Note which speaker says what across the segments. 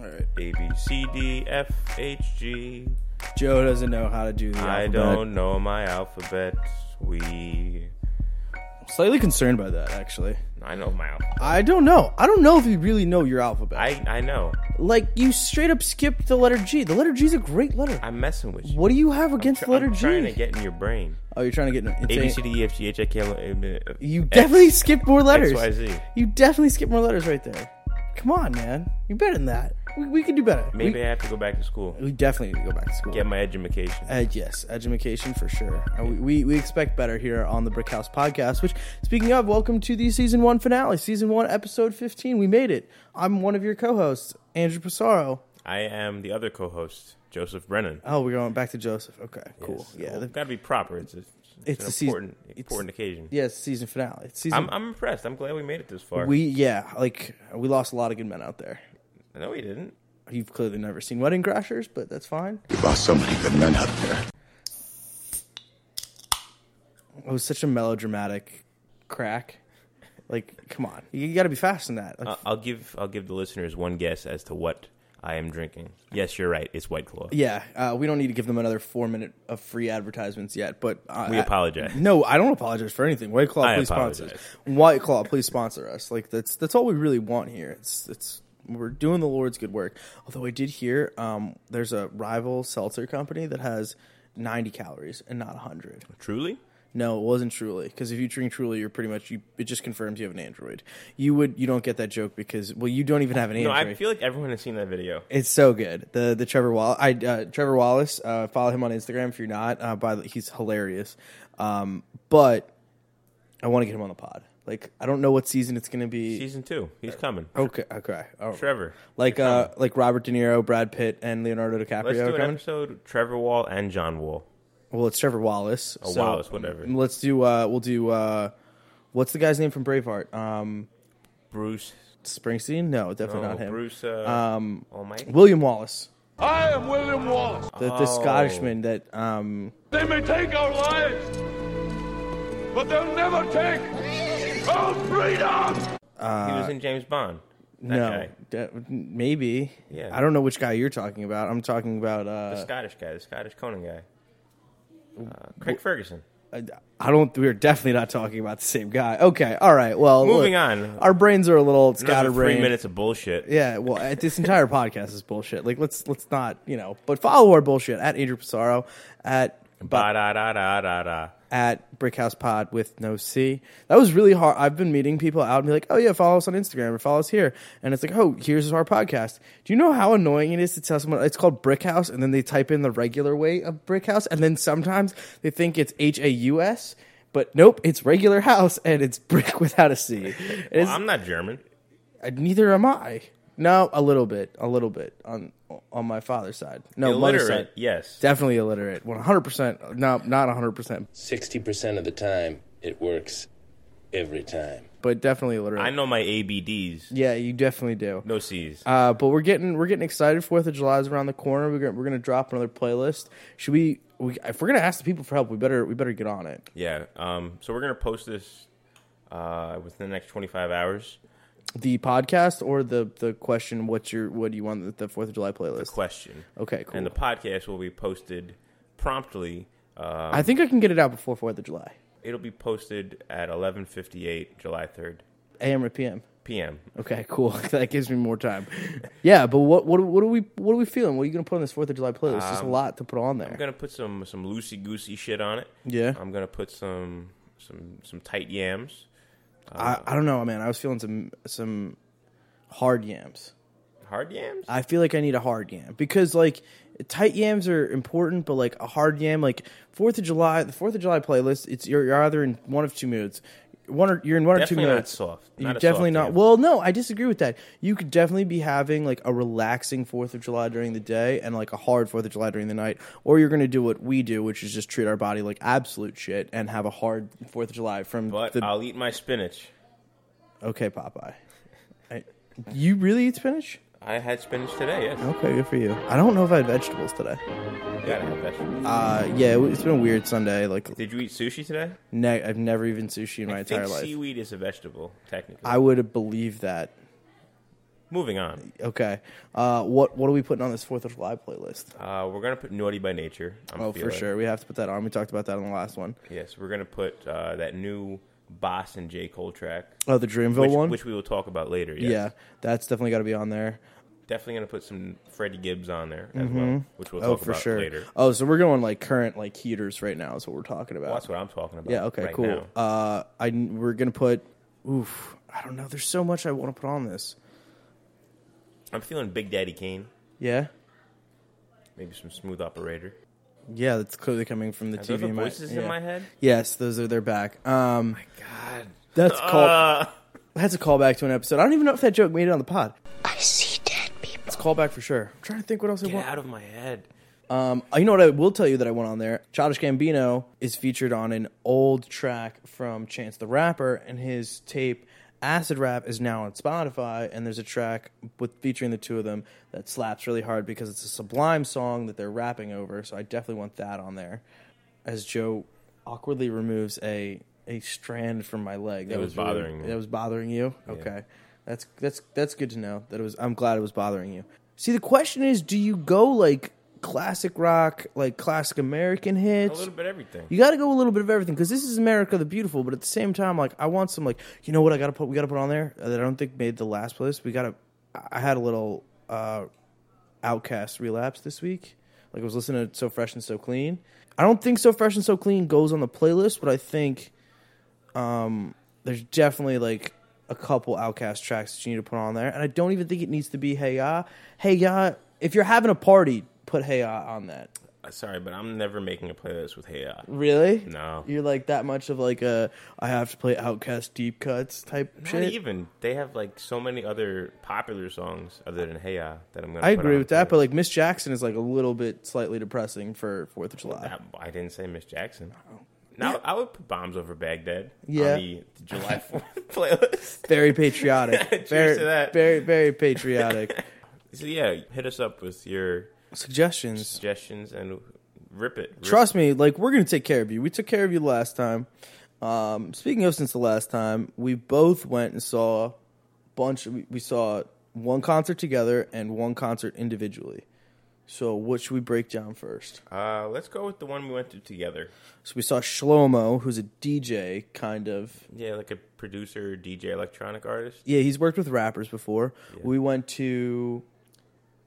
Speaker 1: All right.
Speaker 2: A B C D F H G.
Speaker 1: Joe doesn't know how to do the
Speaker 2: I
Speaker 1: alphabet.
Speaker 2: don't know my alphabet. We.
Speaker 1: Slightly concerned by that, actually.
Speaker 2: I know my alphabet.
Speaker 1: I don't know. I don't know if you really know your alphabet.
Speaker 2: I I know.
Speaker 1: like you straight up skipped the letter G. The letter G is a great letter.
Speaker 2: I'm messing with you.
Speaker 1: What do you have against
Speaker 2: Tr-
Speaker 1: the letter
Speaker 2: I'm
Speaker 1: G?
Speaker 2: trying to get in your brain.
Speaker 1: oh, you're trying to get
Speaker 2: A B C
Speaker 1: it's a,
Speaker 2: D E F G H I K L M N O-
Speaker 1: You
Speaker 2: X,
Speaker 1: definitely skipped more letters.
Speaker 2: X Y Z.
Speaker 1: You definitely skipped more letters right there. Come on, man. You're better than that. We, we can do better. We-
Speaker 2: Maybe I have to go back to school.
Speaker 1: we, definitely need to go back to school.
Speaker 2: Get my education.
Speaker 1: Uh, yes, education for sure. Uh, we, we, we expect better here on the Brick House podcast, which, speaking of, welcome to the season one finale, season one, episode 15. We made it. I'm one of your co hosts, Andrew Passaro.
Speaker 2: I am the other co-host, Joseph Brennan.
Speaker 1: Oh, we're going back to Joseph. Okay, cool.
Speaker 2: Yes.
Speaker 1: uh, Yeah,
Speaker 2: Well,
Speaker 1: the-
Speaker 2: gotta be proper. It's a, it's,
Speaker 1: It's
Speaker 2: an
Speaker 1: a season-
Speaker 2: important
Speaker 1: it's-
Speaker 2: important occasion.
Speaker 1: yeah, it's the season finale. It's season.
Speaker 2: I'm I'm impressed. I'm glad we made it this far.
Speaker 1: we, yeah, like, we lost a lot of good men out there.
Speaker 2: no, we didn't.
Speaker 1: You've clearly never seen Wedding Crashers, but that's fine.
Speaker 3: You lost so many good men out there.
Speaker 1: It was such a melodramatic crack. Like, come on. You, got to be fast in that. Like,
Speaker 2: I- I'll give I'll give the listeners one guess as to what I am drinking. Yes, you're right. It's White Claw.
Speaker 1: Yeah, uh, we don't need to give them another four minute of free advertisements yet, but uh,
Speaker 2: We apologize.
Speaker 1: no, I don't apologize for anything. White Claw,
Speaker 2: I
Speaker 1: please sponsor. us.
Speaker 2: apologize.
Speaker 1: White Claw, please sponsor us. Like that's that's all we really want here. It's it's we're doing the Lord's good work. Although I did hear um, there's a rival seltzer company that has 90 calories and not 100.
Speaker 2: Truly,
Speaker 1: No, it wasn't Truly. Because if you drink Truly, you're pretty much you, it just confirms you have an Android. You would you don't get that joke because well you don't even have an
Speaker 2: no.
Speaker 1: Android.
Speaker 2: I feel like everyone has seen that video.
Speaker 1: It's so good. The the Trevor Wall I uh, Trevor Wallace uh, follow him on Instagram if you're not. Uh, by the, he's hilarious. Um, but I want to get him on the pod. Like I don't know what season it's going to be.
Speaker 2: Season two, he's coming.
Speaker 1: okay, okay. Oh.
Speaker 2: Trevor,
Speaker 1: like uh like Robert De Niro, Brad Pitt and Leonardo DiCaprio
Speaker 2: let's do an
Speaker 1: coming.
Speaker 2: episode. Trevor Wall and John Wall.
Speaker 1: Well, it's Trevor Wallace. Oh,
Speaker 2: Wallace, whatever.
Speaker 1: Let's do uh we'll do uh what's the guy's name from Braveheart? Um
Speaker 2: Bruce,
Speaker 1: Springsteen? No, definitely
Speaker 2: no,
Speaker 1: not him.
Speaker 2: Bruce, uh, um, Almighty.
Speaker 1: William Wallace.
Speaker 4: I am William Wallace.
Speaker 1: The, the
Speaker 2: Oh.
Speaker 1: Scottishman that um
Speaker 4: They may take our lives, but they'll never take our freedom.
Speaker 2: he was in James Bond. That
Speaker 1: uh, No,
Speaker 2: guy.
Speaker 1: de- maybe.
Speaker 2: Yeah.
Speaker 1: I don't know which guy you're talking about. I'm talking about.
Speaker 2: the
Speaker 1: Uh,
Speaker 2: Scottish guy, the Scottish Conan guy, uh, Craig Ferguson.
Speaker 1: I I don't. We're definitely not talking about the same guy. Okay. All right. Well,
Speaker 2: Moving
Speaker 1: look,
Speaker 2: on.
Speaker 1: Our brains are a little
Speaker 2: Another three
Speaker 1: scatterbrained.
Speaker 2: minutes of bullshit.
Speaker 1: Yeah. Well, uh, this entire podcast is bullshit. Like, let's let's not. You know. But follow our bullshit at Andrew Passaro at.
Speaker 2: Ba da da da da da.
Speaker 1: at Brickhouse Pod with no C. That was really hard. I've been meeting people out and be like, oh yeah, follow us on Instagram or follow us here. And it's like, oh, here's our podcast. Do you know how annoying it is to tell someone it's called Brickhouse and then they type in the regular way of Brickhouse and then sometimes they think it's H A U S, but nope, it's regular house and it's brick without a C. It's,
Speaker 2: Well, I'm not German.
Speaker 1: neither am I. No, a little bit, a little bit on on my father's side. No, mother's side.
Speaker 2: Illiterate, yes.
Speaker 1: Definitely illiterate. 100%. No, not 100%,
Speaker 5: 60% of the time, it works every time.
Speaker 1: but definitely illiterate.
Speaker 2: I know my ABDs.
Speaker 1: Yeah, you definitely do.
Speaker 2: No C's.
Speaker 1: Uh, but we're getting we're getting excited. Fourth of July is around the corner. We're gonna, we're gonna drop another playlist. Should we, we? If we're gonna ask the people for help, we better we better get on it.
Speaker 2: yeah. Um. So we're gonna post this uh, within the next 25 hours.
Speaker 1: The podcast or the the question? What's your what do you want the- the Fourth of July playlist?
Speaker 2: Question.
Speaker 1: okay, cool.
Speaker 2: And the podcast will be posted promptly. Uh,
Speaker 1: I think I can get it out before Fourth of July,
Speaker 2: it'll be posted at 11:58 July 3rd
Speaker 1: a.m. or p.m.
Speaker 2: p.m.
Speaker 1: Okay, cool. that gives me more time. yeah, but what what what are we what are we feeling? What are you gonna put on this Fourth of July playlist? There's
Speaker 2: Um,
Speaker 1: a lot to put on there.
Speaker 2: I'm gonna put some some loosey goosey shit on it.
Speaker 1: Yeah.
Speaker 2: I'm gonna put some some some tight yams,
Speaker 1: I, I don't know, man. I was feeling some some hard yams.
Speaker 2: hard yams.
Speaker 1: I feel like I need a hard yam because like tight yams are important, but like a hard yam, like Fourth of July, the Fourth of July playlist, it's you're, you're either in one of two moods. One or you're in one
Speaker 2: Definitely
Speaker 1: or two
Speaker 2: not
Speaker 1: moods.
Speaker 2: soft.
Speaker 1: You're
Speaker 2: Not a
Speaker 1: definitely
Speaker 2: soft
Speaker 1: not.
Speaker 2: yam.
Speaker 1: Well, no, I disagree with that. You could definitely be having like a relaxing Fourth of July during the day and like a hard Fourth of July during the night, or you're gonna do what we do, which is just treat our body like absolute shit and have a hard Fourth of July from
Speaker 2: But
Speaker 1: the
Speaker 2: I'll eat my spinach.
Speaker 1: okay Popeye. I, you really eat spinach?
Speaker 2: I had spinach today. Yes.
Speaker 1: Okay, good for you. I don't know if I had vegetables today.
Speaker 2: Gotta have vegetables.
Speaker 1: Uh, yeah, it- it's been a weird Sunday. Like,
Speaker 2: Did you eat sushi today?
Speaker 1: ne- I've never even sushi in my
Speaker 2: I
Speaker 1: entire
Speaker 2: think
Speaker 1: life. Uh,
Speaker 2: seaweed is a vegetable, technically.
Speaker 1: I would have believed that.
Speaker 2: Moving on.
Speaker 1: Okay. Uh, what what are we putting on this Fourth of July playlist?
Speaker 2: Uh, we're gonna put Naughty by Nature. I'm
Speaker 1: Oh, for
Speaker 2: feeling.
Speaker 1: sure. We have to put that on. We talked about that on the last one.
Speaker 2: Yes, we're gonna put uh, that new Boss and J Cole track,
Speaker 1: Oh, the Dreamville
Speaker 2: which,
Speaker 1: one.
Speaker 2: which we will talk about later. Yes.
Speaker 1: Yeah, that's definitely got to be on there.
Speaker 2: definitely gonna put some Freddie Gibbs on there as well, which we'll
Speaker 1: Oh,
Speaker 2: talk
Speaker 1: for
Speaker 2: about
Speaker 1: sure.
Speaker 2: later.
Speaker 1: Oh, so we're going like current like heaters right now is what we're talking about.
Speaker 2: Well, that's what I'm talking about.
Speaker 1: yeah. Okay.
Speaker 2: right
Speaker 1: cool.
Speaker 2: now.
Speaker 1: Uh, I we're gonna put. Oof. I don't know. There's so much I want to put on this.
Speaker 2: I'm feeling Big Daddy Kane.
Speaker 1: Yeah.
Speaker 2: Maybe some Smooth Operator.
Speaker 1: Yeah. That's clearly coming from the
Speaker 2: Are
Speaker 1: TV.
Speaker 2: those the
Speaker 1: mic.
Speaker 2: voices in
Speaker 1: Yeah.
Speaker 2: my head?
Speaker 1: Yes, those are their back. Um,
Speaker 2: God.
Speaker 1: that's called.
Speaker 2: Uh,
Speaker 1: That's a callback to an episode. I don't even know if that joke made it on the pod.
Speaker 6: I see dead people.
Speaker 1: It's a callback for sure. I'm trying to think what else I
Speaker 2: get
Speaker 1: want.
Speaker 2: out of my head.
Speaker 1: Um, you know what I will tell you that I went on there. Childish Gambino is featured on an old track from Chance the Rapper, and his tape Acid Rap is now on Spotify. And there's a track with featuring the two of them that slaps really hard because it's a Sublime song that they're rapping over. So I definitely want that on there. As Joe awkwardly removes a a strand from my leg, that
Speaker 2: It was
Speaker 1: really-
Speaker 2: bothering me.
Speaker 1: That was bothering you. Okay, that's that's that's good to know. That it was. I'm glad it was bothering you. See, the question is, do you go like classic rock, like classic American
Speaker 2: A
Speaker 1: hits?
Speaker 2: little bit of everything.
Speaker 1: You got to go a little bit of everything because this is America the Beautiful. But at the same time, like I want some, like you know what I got to put. We got to put on there uh, that I don't think made the last place. We got to. I had a little uh Outcast relapse this week. Like I was listening to So Fresh and So Clean. I don't think So Fresh and So Clean goes on the playlist, but I think um, there's definitely like a couple outcast tracks that you need to put on there and i don't even think it needs to be hey ya hey ya if you're having a party put hey ya on that
Speaker 2: Uh, Sorry, but I'm never making a playlist with Hey Ya.
Speaker 1: really
Speaker 2: No.
Speaker 1: you're like that much of like a i have to play outcast deep cuts type
Speaker 2: Not
Speaker 1: shit
Speaker 2: even. They have like so many other popular songs other than Hey Ya that I'm gonna.
Speaker 1: i
Speaker 2: put
Speaker 1: agree
Speaker 2: on
Speaker 1: with
Speaker 2: the
Speaker 1: that but
Speaker 2: playlist.
Speaker 1: like miss jackson is like a little bit slightly depressing for fourth of july
Speaker 2: That- I didn't say Miss Jackson. Now I would put bombs over Baghdad
Speaker 1: Oh. Yeah.
Speaker 2: on the, the July Fourth playlist.
Speaker 1: very patriotic
Speaker 2: Cheers
Speaker 1: very,
Speaker 2: to that.
Speaker 1: very very patriotic
Speaker 2: So yeah, hit us up with your
Speaker 1: suggestions
Speaker 2: suggestions and rip it. Rip-
Speaker 1: Trust me, like we're gonna take care of you. We took care of you last time. Um, speaking of since the last time, we both went and saw a bunch. We, we saw one concert together and one concert individually. So what should we break down first?
Speaker 2: Uh, let's go with the one we went to together.
Speaker 1: So we saw Shlomo, who's a DJ, kind of.
Speaker 2: Yeah, like a producer, DJ, electronic artist.
Speaker 1: Yeah, he's worked with rappers before. We went to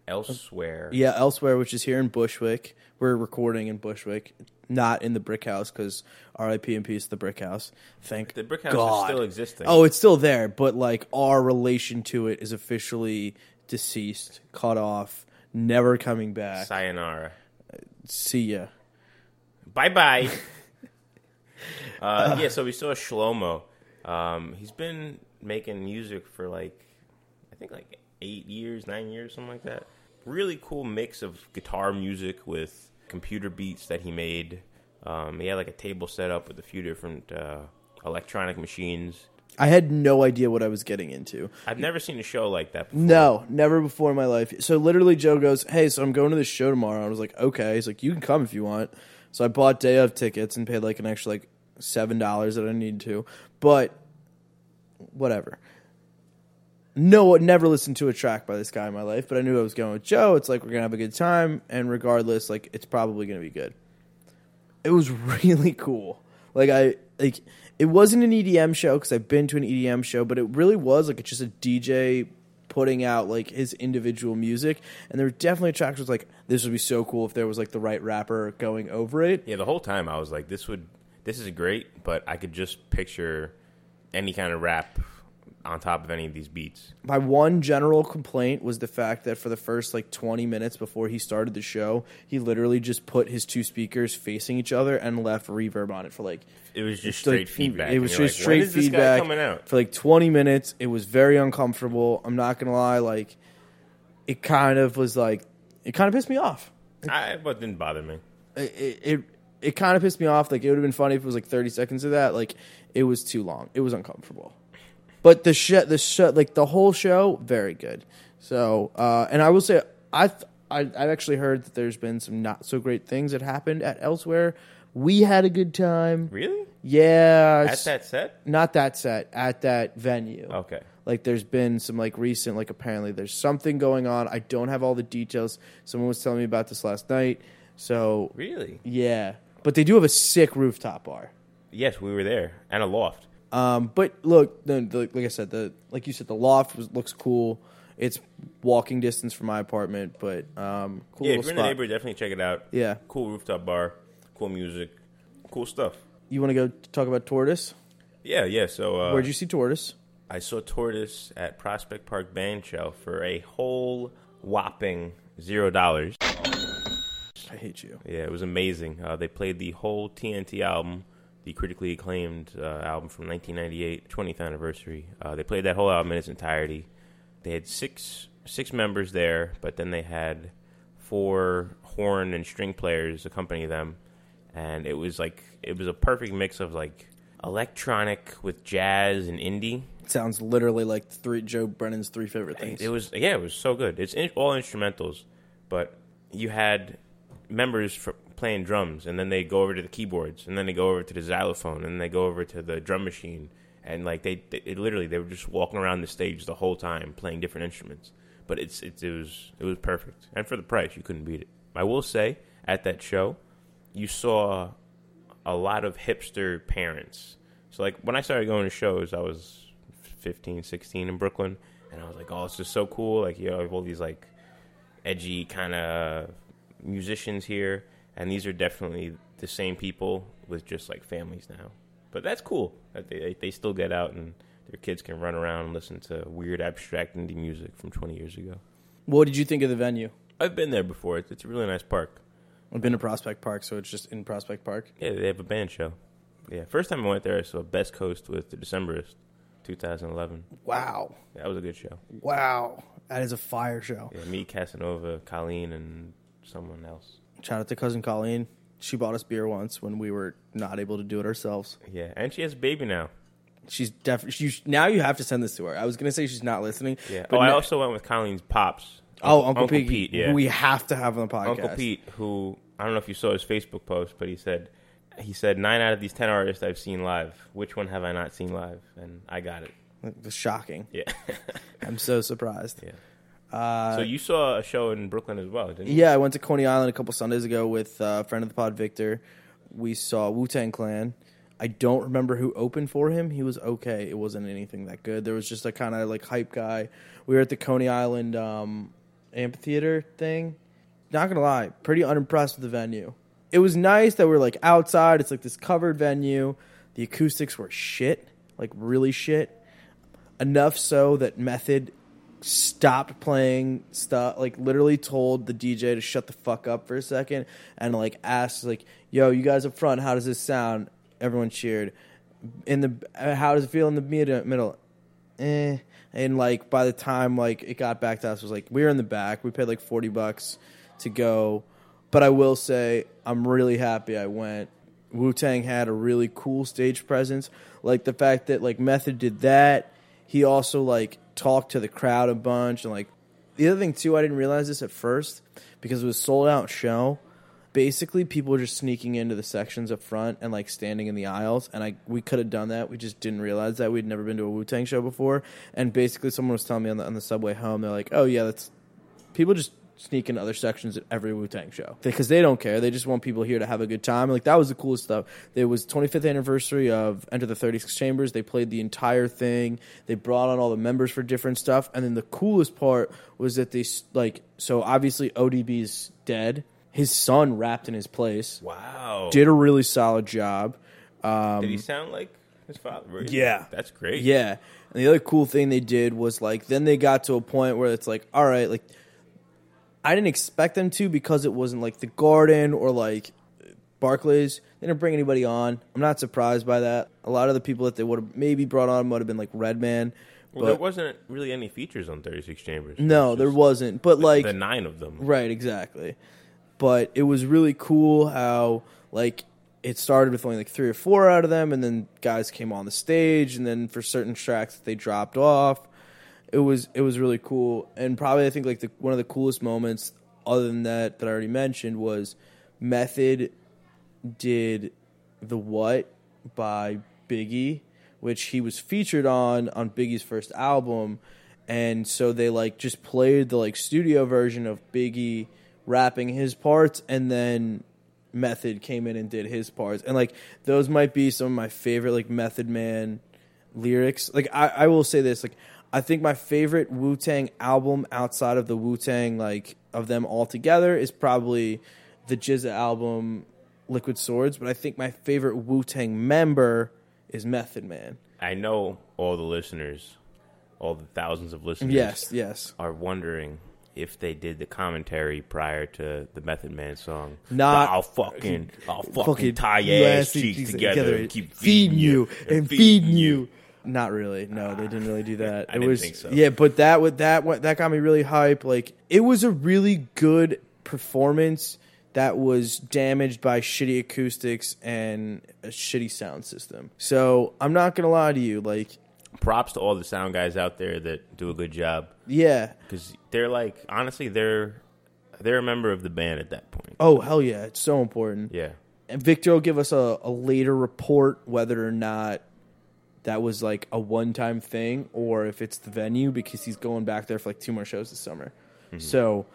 Speaker 2: Elsewhere,
Speaker 1: Yeah, elsewhere, which is here in Bushwick. We're recording in Bushwick, not in the brick house because R.I.P. and peace to the brick house. Thank
Speaker 2: The brick house is
Speaker 1: God.
Speaker 2: still existing.
Speaker 1: Oh, it's still there, but like our relation to it is officially deceased, cut off, never coming back.
Speaker 2: sayonara.
Speaker 1: See ya.
Speaker 2: Bye bye. uh, yeah, so we saw Shlomo. Um, he's been making music for like, I think like eight years, nine years, something like that. Really cool mix of guitar music with computer beats that he made. Um, he had like a table set up with a few different uh, electronic machines.
Speaker 1: I had no idea what I was getting into.
Speaker 2: I've never seen a show like that before.
Speaker 1: No, never before in my life. So literally, Joe goes, "Hey, so I'm going to this show tomorrow." I was like, "Okay." He's like, "You can come if you want." So I bought day of tickets and paid like an extra like seven dollars that I needed to, but whatever. No, never listened to a track by this guy in my life, but I knew I was going with Joe. It's like we're gonna have a good time, and regardless, like it's probably gonna be good. It was really cool. Like I like it wasn't an EDM show because I've been to an EDM show, but it really was like it's just a DJ putting out like his individual music, and there were definitely tracks that was like this would be so cool if there was like the right rapper going over it.
Speaker 2: Yeah, the whole time I was like, this would, this is great, but I could just picture any kind of rap on top of any of these beats.
Speaker 1: my one general complaint was the fact that for the first like 20 minutes before he started the show, he literally just put his two speakers facing each other and left reverb on it for like
Speaker 2: It was just
Speaker 1: like,
Speaker 2: straight feedback.
Speaker 1: It was
Speaker 2: and you're
Speaker 1: just
Speaker 2: like,
Speaker 1: straight
Speaker 2: when is this guy
Speaker 1: feedback
Speaker 2: coming out?
Speaker 1: for like 20 minutes. It was very uncomfortable. I'm not gonna lie, like it kind of was like it kind of pissed me off.
Speaker 2: I, but it didn't bother me.
Speaker 1: It it it, it kind of pissed me off. Like it would have been funny if it was like 30 seconds of that. Like it was too long. It was uncomfortable. But the show, the show, like the whole show, very good. So, uh, and I will say, I, th- I, I've actually heard that there's been some not so great things that happened at elsewhere. We had a good time.
Speaker 2: Really?
Speaker 1: Yeah,
Speaker 2: At that set?
Speaker 1: not that set at that venue.
Speaker 2: Okay.
Speaker 1: like there's been some like recent like apparently there's something going on. I don't have all the details. Someone was telling me about this last night. So
Speaker 2: Really?
Speaker 1: yeah, but they do have a sick rooftop bar.
Speaker 2: Yes, we were there and a loft.
Speaker 1: Um, but look, the, the, like I said, the like you said, the loft was, looks cool. It's walking distance from my apartment, but um,
Speaker 2: Yeah, if
Speaker 1: cool little
Speaker 2: you're in the
Speaker 1: spot.
Speaker 2: neighborhood, definitely check it out.
Speaker 1: Yeah.
Speaker 2: Cool rooftop bar, cool music, cool stuff.
Speaker 1: You want to go talk about Tortoise?
Speaker 2: Yeah, yeah. So uh,
Speaker 1: Where'd you see Tortoise?
Speaker 2: I saw Tortoise at Prospect Park Band Shell for a whole whopping zero dollars.
Speaker 1: I hate you.
Speaker 2: Yeah, it was amazing. Uh, they played the whole TNT album, the critically acclaimed uh, album from 1998, 20th anniversary. Uh, they played that whole album in its entirety. They had six six members there, but then they had four horn and string players accompany them, and it was like it was a perfect mix of like electronic with jazz and indie.
Speaker 1: It sounds literally like three Joe Brennan's three favorite things.
Speaker 2: It was yeah, it was so good. It's in, all instrumentals, but you had members fr playing drums, and then they go over to the keyboards, and then they go over to the xylophone, and they go over to the drum machine, and like they, they it, literally they were just walking around the stage the whole time playing different instruments. But it's it, it was it was perfect, and for the price you couldn't beat it. I will say at that show, you saw a lot of hipster parents. So like when I started going to shows, I was 15, 16 in Brooklyn, and I was like, "Oh, it's just so cool!" Like you know, I have all these like edgy kind of musicians here, and these are definitely the same people with just like families now. But that's cool that they they still get out and their kids can run around and listen to weird abstract indie music from 20 years ago.
Speaker 1: what did you think of the venue?
Speaker 2: I've been there before. It's, it's a really nice park.
Speaker 1: I've been to Prospect Park, so it's just in Prospect Park.
Speaker 2: Yeah, they have a band show. Yeah, first time I went there, I saw Best Coast with the Decemberists, 2011.
Speaker 1: Wow,
Speaker 2: That was a good show.
Speaker 1: wow, that is a fire show.
Speaker 2: Yeah, me, Casanova, Colleen, and someone else.
Speaker 1: Shout out to cousin Colleen. She bought us beer once when we were not able to do it ourselves.
Speaker 2: Yeah, and she has a baby now.
Speaker 1: She's definitely. She, now you have to send this to her. I was gonna say she's not listening.
Speaker 2: Yeah.
Speaker 1: But
Speaker 2: oh, I
Speaker 1: no-
Speaker 2: also went with Colleen's pops.
Speaker 1: oh, Uncle, Pete,
Speaker 2: yeah.
Speaker 1: we have to have on the podcast.
Speaker 2: Uncle Pete, who I don't know if you saw his Facebook post, but he said he said nine out of these ten artists I've seen live. Which one have I not seen live? And I got it.
Speaker 1: It was shocking.
Speaker 2: Yeah.
Speaker 1: I'm so surprised. Yeah.
Speaker 2: so you saw a show in Brooklyn as well, didn't you?
Speaker 1: Uh, Yeah, I went to Coney Island a couple Sundays ago with uh, a friend of the pod, Victor. We saw Wu Tang Clan. I don't remember who opened for him. He was okay. It wasn't anything that good. There was just a kind of like hype guy. We were at the Coney Island um, amphitheater thing. Not gonna lie, pretty unimpressed with the venue. It was nice that we're like outside. It's like this covered venue. The acoustics were shit, like really shit. Enough so that Method stopped playing stuff like literally told the DJ to shut the fuck up for a second and like asked like yo you guys up front how does this sound everyone cheered in the uh, how does it feel in the mid- middle eh and like by the time like it got back to us it was like we were in the back we paid like 40 bucks to go but I will say I'm really happy I went Wu Tang had a really cool stage presence. Like the fact that like Method did that. He also like talked to the crowd a bunch and like the other thing too, I didn't realize this at first because it was sold out show. Basically, people were just sneaking into the sections up front and like standing in the aisles, and I we could have done that. We just didn't realize that we'd never been to a Wu Tang show before. And basically, someone was telling me on the on the subway home, they're like, "Oh yeah, that's people just sneak in other sections at every Wu Tang show because they don't care. They just want people here to have a good time. Like that was the coolest stuff. There was 25th anniversary of Enter the 36 Chambers. They played the entire thing. They brought on all the members for different stuff. And then the coolest part was that they s- like so obviously ODB's dead. His son rapped in his place.
Speaker 2: Wow.
Speaker 1: Did a really solid job.
Speaker 2: Did he sound like his father? Really?
Speaker 1: Mm-hmm. Yeah.
Speaker 2: That's great.
Speaker 1: Yeah. And the other cool thing they did was like then they got to a point where it's like, all right, like I didn't expect them to because it wasn't like the garden or like Barclays. They didn't bring anybody on. I'm not surprised by that. A lot of the people that they would have maybe brought on would have been like Redman.
Speaker 2: Well,
Speaker 1: but
Speaker 2: there wasn't really any features on 36 Chambers.
Speaker 1: no, there wasn't. But like
Speaker 2: the nine of them.
Speaker 1: Right, exactly. But it was really cool how like it started with only like three or four out of them, and then guys came on the stage, and then for certain tracks they dropped off. It was it was really cool, and probably I think like the, one of the coolest moments, other than that that I already mentioned, was Method did the what by Biggie, which he was featured on on Biggie's first album, and so they like just played the like studio version of Biggie rapping his parts, and then Method came in and did his parts, and like those might be some of my favorite like Method Man lyrics. Like I, I will say this, like I think my favorite Wu Tang album outside of the Wu Tang, like of them all together, is probably the Jizza album, Liquid Swords. But I think my favorite Wu Tang member is Method Man.
Speaker 2: I know all the listeners, all the thousands of listeners,
Speaker 1: Yes, yes.
Speaker 2: are wondering if they did the commentary prior to the Method Man song.
Speaker 1: Not-
Speaker 2: The I'll fucking, I'll fucking,
Speaker 1: Fucking
Speaker 2: tie your ass
Speaker 1: ass cheeks
Speaker 2: cheeks together, and keep feeding you
Speaker 1: and feeding you. Not really. No, they didn't really do that.
Speaker 2: I
Speaker 1: it
Speaker 2: didn't
Speaker 1: was
Speaker 2: think so.
Speaker 1: yeah, but that wa- that wa- that got me really hype. Like it was a really good performance that was damaged by shitty acoustics and a shitty sound system. So I'm not gonna lie to you. Like
Speaker 2: Props to all the sound guys out there that do a good job
Speaker 1: yeah,
Speaker 2: because they're like honestly they're they're a member of the band at that point.
Speaker 1: oh hell yeah, it's so important.
Speaker 2: Yeah,
Speaker 1: And Victor will give us a, a later report whether or not that was like a one time thing or if it's the venue because he's going back there for like two more shows this summer.
Speaker 2: Mm-hmm.
Speaker 1: So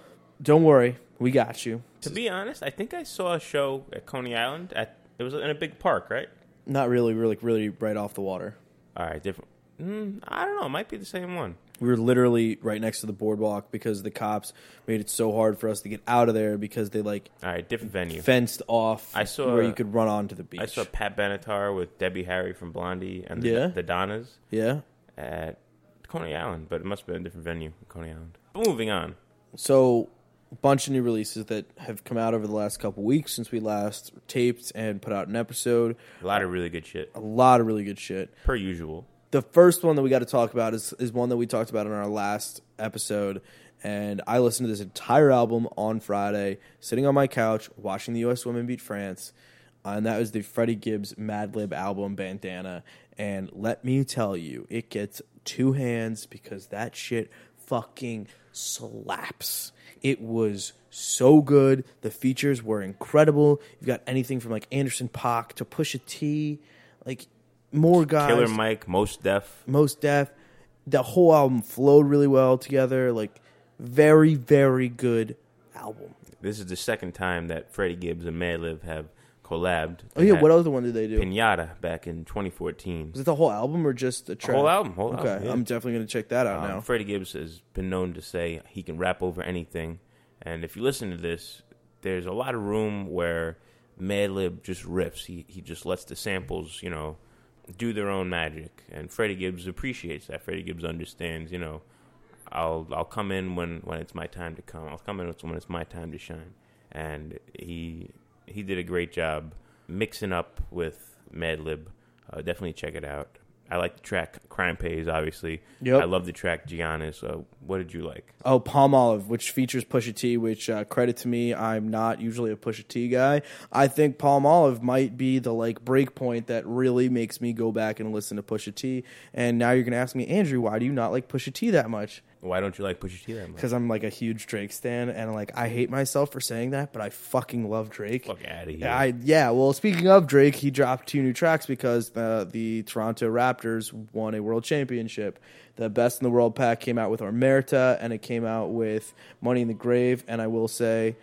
Speaker 1: don't worry, we got you.
Speaker 2: to be honest, I think I saw a show at Coney Island at it was in a big park, right?
Speaker 1: Not really, really, really right off the water.
Speaker 2: All right, different. Mm, I don't know. It might be the same one.
Speaker 1: We were literally right next to the boardwalk because the cops made it so hard for us to get out of there because they like
Speaker 2: All right, different venue.
Speaker 1: fenced off
Speaker 2: I saw-
Speaker 1: where you could run onto the beach.
Speaker 2: I saw Pat Benatar with Debbie Harry from Blondie and the,
Speaker 1: Yeah.
Speaker 2: the Donnas
Speaker 1: yeah.
Speaker 2: at Coney Island, but it must have been a different venue, Coney Island. But moving on.
Speaker 1: So, a bunch of new releases that have come out over the last couple weeks since we last taped and put out an episode.
Speaker 2: A lot of really good shit,
Speaker 1: A lot of really good shit.
Speaker 2: per usual.
Speaker 1: The first one that we got to talk about is is one that we talked about in our last episode. And I listened to this entire album on Friday, sitting on my couch, watching the U.S. women beat France. And that was the Freddie Gibbs Madlib album, Bandana. And let me tell you, it gets two hands because that shit fucking slaps. It was so good. The features were incredible. You've got anything from like Anderson Pock to Pusha T, like more guys.
Speaker 2: Killer Mike, Most Def.
Speaker 1: Most Def. The whole album flowed really well together. Like, very, very good album.
Speaker 2: This is the second time that Freddie Gibbs and Madlib have collabed.
Speaker 1: Oh yeah, what other one did they do?
Speaker 2: Pinata back in 2014.
Speaker 1: Was it the whole album or just a track?
Speaker 2: Whole album, whole
Speaker 1: okay,
Speaker 2: album, yeah.
Speaker 1: I'm definitely gonna check that out
Speaker 2: Um,
Speaker 1: now.
Speaker 2: Freddie Gibbs has been known to say he can rap over anything, and if you listen to this, there's a lot of room where Madlib just riffs. He he just lets the samples, you know, do their own magic, and Freddie Gibbs appreciates that. Freddie Gibbs understands, you know, I'll I'll come in when when it's my time to come. I'll come in when it's my time to shine, and he he did a great job mixing up with Madlib. Uh, definitely check it out. I like the track "Crime Pays." Obviously,
Speaker 1: Yep.
Speaker 2: I love the track "Giannis." Uh, what did you like?
Speaker 1: Oh, Palm Olive, which features Pusha T. Which uh, credit to me, I'm not usually a Pusha T guy. I think Palm Olive might be the like break point that really makes me go back and listen to Pusha T. And now you're gonna ask me, Andrew, why do you not like Pusha T that much?
Speaker 2: Why don't you like Pusha T that much?
Speaker 1: because I'm like a huge Drake stan, and like I hate myself for saying that, but I fucking love Drake.
Speaker 2: Fuck outta here.
Speaker 1: I yeah. Well, speaking of Drake, he dropped two new tracks because uh, the Toronto Raptors won a world championship. The Best in the World pack came out with Omerta, and it came out with Money in the Grave. And I will say,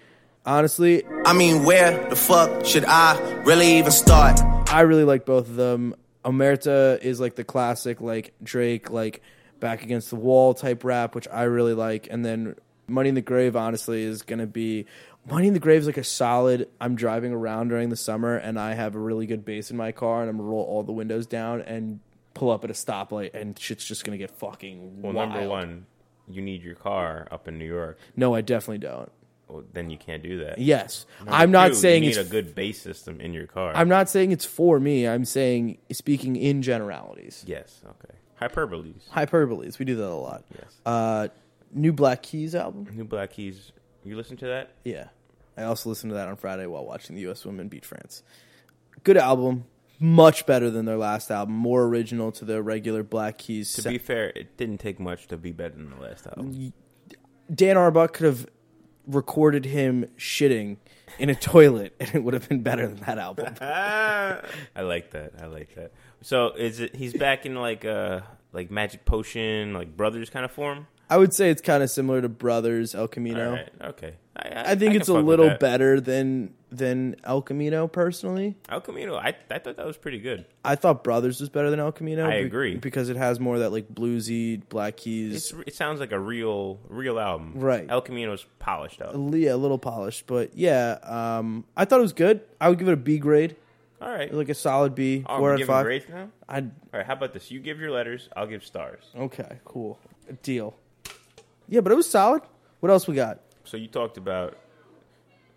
Speaker 1: honestly,
Speaker 7: I mean, where the fuck should I really even start?
Speaker 1: I really like both of them. Omerta is like the classic, like Drake, like back against the wall type rap, which I really like. And then Money in the Grave, honestly, is going to be Money in the Grave is like a solid. I'm driving around during the summer and I have a really good bass in my car and I'm gonna roll all the windows down and pull up at a stoplight and shit's just going to get fucking
Speaker 2: well,
Speaker 1: wild.
Speaker 2: number one, you need your car up in New York.
Speaker 1: No, I definitely don't.
Speaker 2: Well, then you can't do that.
Speaker 1: Yes,
Speaker 2: Number
Speaker 1: I'm not
Speaker 2: two,
Speaker 1: saying
Speaker 2: you
Speaker 1: it's
Speaker 2: need a good bass system in your car.
Speaker 1: I'm not saying it's for me. I'm saying speaking in generalities.
Speaker 2: yes, okay. Hyperboles.
Speaker 1: hyperboles. We do that a lot.
Speaker 2: Yes. Mm-hmm.
Speaker 1: Uh, new Black Keys album.
Speaker 2: New Black Keys. You listen to that?
Speaker 1: Yeah. I also listened to that on Friday while watching the U.S. women beat France. Good album. Much better than their last album. More original to the regular Black Keys.
Speaker 2: To
Speaker 1: sa-
Speaker 2: be fair, it didn't take much to be better than the last album.
Speaker 1: Dan Arbuck could have recorded him shitting in a toilet, and it would have been better than that album.
Speaker 2: I like that. I like that. So is it? He's back in like uh like Magic Potion, like brothers kind of form.
Speaker 1: I would say it's kind of similar to Brothers El
Speaker 2: All
Speaker 1: Camino.
Speaker 2: right. Okay. I, I,
Speaker 1: I think
Speaker 2: I
Speaker 1: it's a
Speaker 2: can fuck with
Speaker 1: little
Speaker 2: that.
Speaker 1: better than than El Camino personally.
Speaker 2: El Camino. I I thought that was pretty good.
Speaker 1: I thought Brothers was better than El Camino.
Speaker 2: I agree.
Speaker 1: because it has more of that like bluesy Black
Speaker 2: It's,
Speaker 1: Keys,
Speaker 2: it sounds like a real real album.
Speaker 1: Right.
Speaker 2: El Camino's polished out.
Speaker 1: yeah, a little polished, but yeah, um, I thought it was good. I would give it a B grade,
Speaker 2: All right.
Speaker 1: like a solid B,
Speaker 2: Oh,
Speaker 1: four
Speaker 2: we're
Speaker 1: out of
Speaker 2: giving
Speaker 1: five.
Speaker 2: grades now.
Speaker 1: I
Speaker 2: All right. How about this? You give your letters. I'll give stars.
Speaker 1: okay, cool deal. Yeah, but it was solid. What else we got?
Speaker 2: So you talked about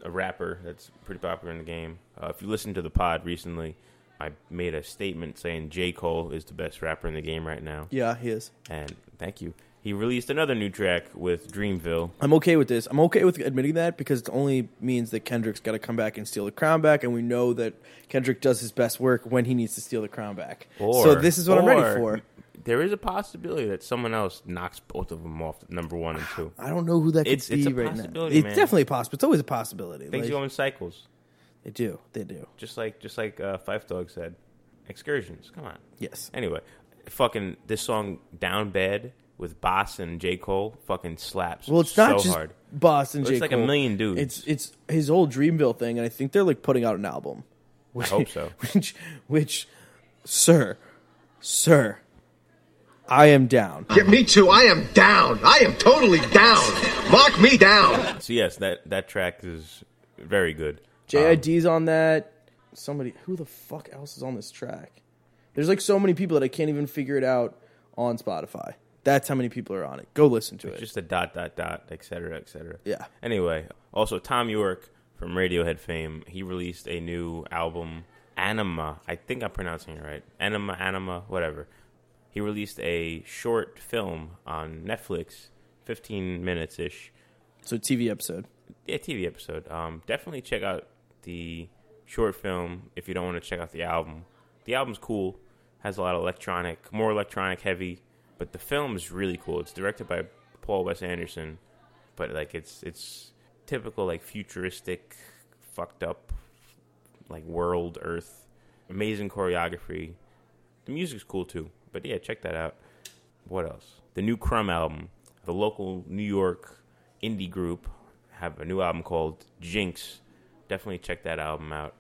Speaker 2: a rapper that's pretty popular in the game. Uh, if you listened to the pod recently, I made a statement saying J. Cole is the best rapper in the game right now.
Speaker 1: Yeah, he is.
Speaker 2: And thank you. He released another new track with Dreamville.
Speaker 1: I'm okay with this. I'm okay with admitting that because it only means that Kendrick's got to come back and steal the crown back, and we know that Kendrick does his best work when he needs to steal the crown back. so
Speaker 2: Or-
Speaker 1: this is what I'm ready
Speaker 2: or
Speaker 1: for.
Speaker 2: There is a possibility that someone else knocks both of them off number one and two.
Speaker 1: I don't know who that could
Speaker 2: It's-
Speaker 1: be
Speaker 2: it's a
Speaker 1: right now.
Speaker 2: possibility,
Speaker 1: It's
Speaker 2: man.
Speaker 1: definitely a possibility. It's always a possibility.
Speaker 2: Things
Speaker 1: Like,
Speaker 2: go in cycles,
Speaker 1: they do. They do.
Speaker 2: just like just like uh, Five Dog said. Excursions, come on.
Speaker 1: Yes.
Speaker 2: Anyway, fucking this song "Down Bad" with Boss and J Cole fucking slaps.
Speaker 1: Well, it's not
Speaker 2: so
Speaker 1: just
Speaker 2: hard.
Speaker 1: Boss and
Speaker 2: Looks
Speaker 1: J.
Speaker 2: like a
Speaker 1: Cole.
Speaker 2: million dudes.
Speaker 1: It's it's his old Dreamville thing, and I think they're like putting out an album.
Speaker 2: I hope so.
Speaker 1: Which, which, sir, sir, I am down.
Speaker 8: Yeah, me too. I am down. I am totally down. Lock me down.
Speaker 2: So yes, that that track is very good.
Speaker 1: JID's on that. Somebody who the fuck else is on this track? There's like so many people that I can't even figure it out on Spotify. That's how many people are on it. Go listen to it.
Speaker 2: It's just a dot dot dot, et cetera, et cetera.
Speaker 1: Yeah.
Speaker 2: Anyway, also Tom York from Radiohead fame, he released a new album, Anima. I think I'm pronouncing it right. Anima, Anima, whatever. He released a short film on Netflix, 15 minutes ish.
Speaker 1: so TV episode.
Speaker 2: Yeah, TV episode. Um, definitely check out the short film if you don't want to check out the album. The album's cool, has a lot of electronic, more electronic heavy, but the film is really cool. It's directed by Paul Wes Anderson, but like it's it's typical like futuristic, fucked up, like world Earth. Amazing choreography. The music's cool too, but yeah, check that out. What else? The new Crumb album. The local New York indie group have a new album called Jinx. Definitely check that album out.